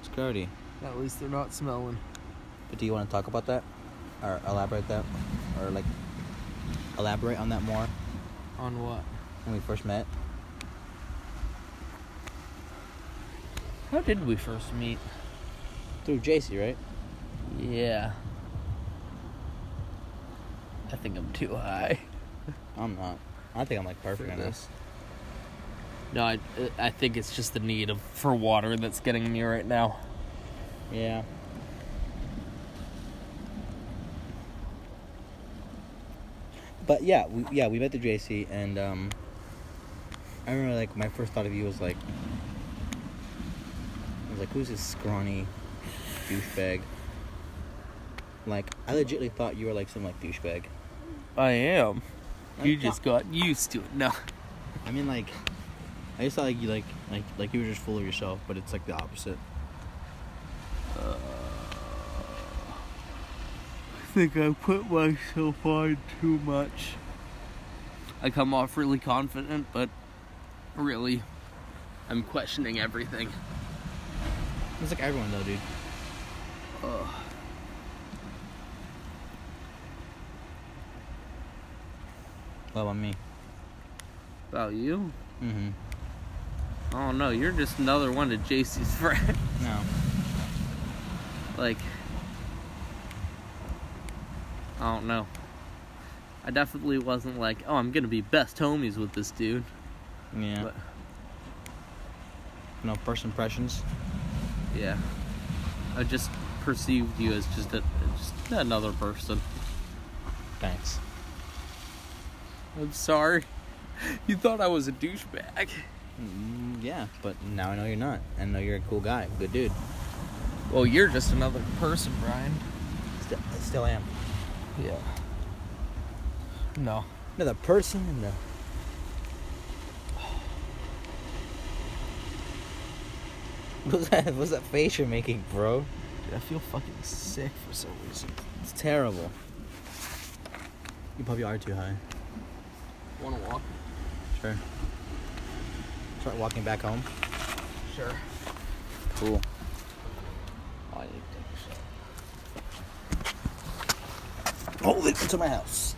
Speaker 2: It's Cody.
Speaker 1: At least they're not smelling.
Speaker 2: But do you want to talk about that? Or elaborate that? Or, like, elaborate on that more
Speaker 1: On what?
Speaker 2: when we first met?
Speaker 1: How did we first meet?
Speaker 2: Through JC, right?
Speaker 1: Yeah. I think I'm too high.
Speaker 2: I'm not. I think I'm, like, perfect
Speaker 1: Through
Speaker 2: on this.
Speaker 1: No, I, I think it's just the need of for water that's getting me right now.
Speaker 2: Yeah. But yeah, we, yeah, we met the JC and um, I remember like my first thought of you was like, I was like, who's this scrawny douchebag? Like, I legitly thought you were like some like douchebag.
Speaker 1: I am. You
Speaker 2: Like,
Speaker 1: just got used to it. No.
Speaker 2: I mean, like, I just thought like you like like like you were just full of yourself, but it's like the opposite.
Speaker 1: I think I put myself on too much. I come off really confident, but really, I'm questioning everything.
Speaker 2: It's like everyone though, dude.
Speaker 1: Ugh.
Speaker 2: Love on me.
Speaker 1: About you?
Speaker 2: Mm-hmm.
Speaker 1: Oh no, you're just another one of JC's friends.
Speaker 2: No.
Speaker 1: like, I don't know. I definitely wasn't like, oh, I'm gonna be best homies with this dude.
Speaker 2: Yeah.
Speaker 1: But-
Speaker 2: no first impressions.
Speaker 1: Yeah. I just perceived you as just a just another person.
Speaker 2: Thanks.
Speaker 1: I'm sorry. You thought I was a douchebag.
Speaker 2: Mm, yeah, but now I know you're not. I know you're a cool guy, good dude.
Speaker 1: Well, you're just another person, Brian.
Speaker 2: Still, I still am.
Speaker 1: Yeah. No.
Speaker 2: Another person and the. What's that? What's that face you're making, bro?
Speaker 1: Dude, I feel fucking sick for some reason.
Speaker 2: It's terrible. You probably are too high.
Speaker 1: Wanna walk?
Speaker 2: Sure. Start walking back home.
Speaker 1: Sure.
Speaker 2: Cool.
Speaker 1: I need to take a shot.
Speaker 2: Oh, they come to my house.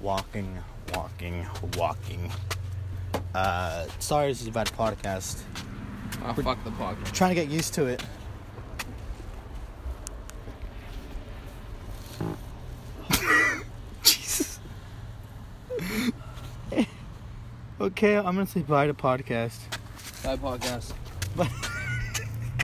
Speaker 2: Walking, walking, walking. Uh, sorry, this is a bad podcast.
Speaker 1: Oh, fuck the podcast.
Speaker 2: Trying to get used to it. Jesus. okay, I'm gonna say bye to podcast.
Speaker 1: Bye, podcast.
Speaker 2: Bye.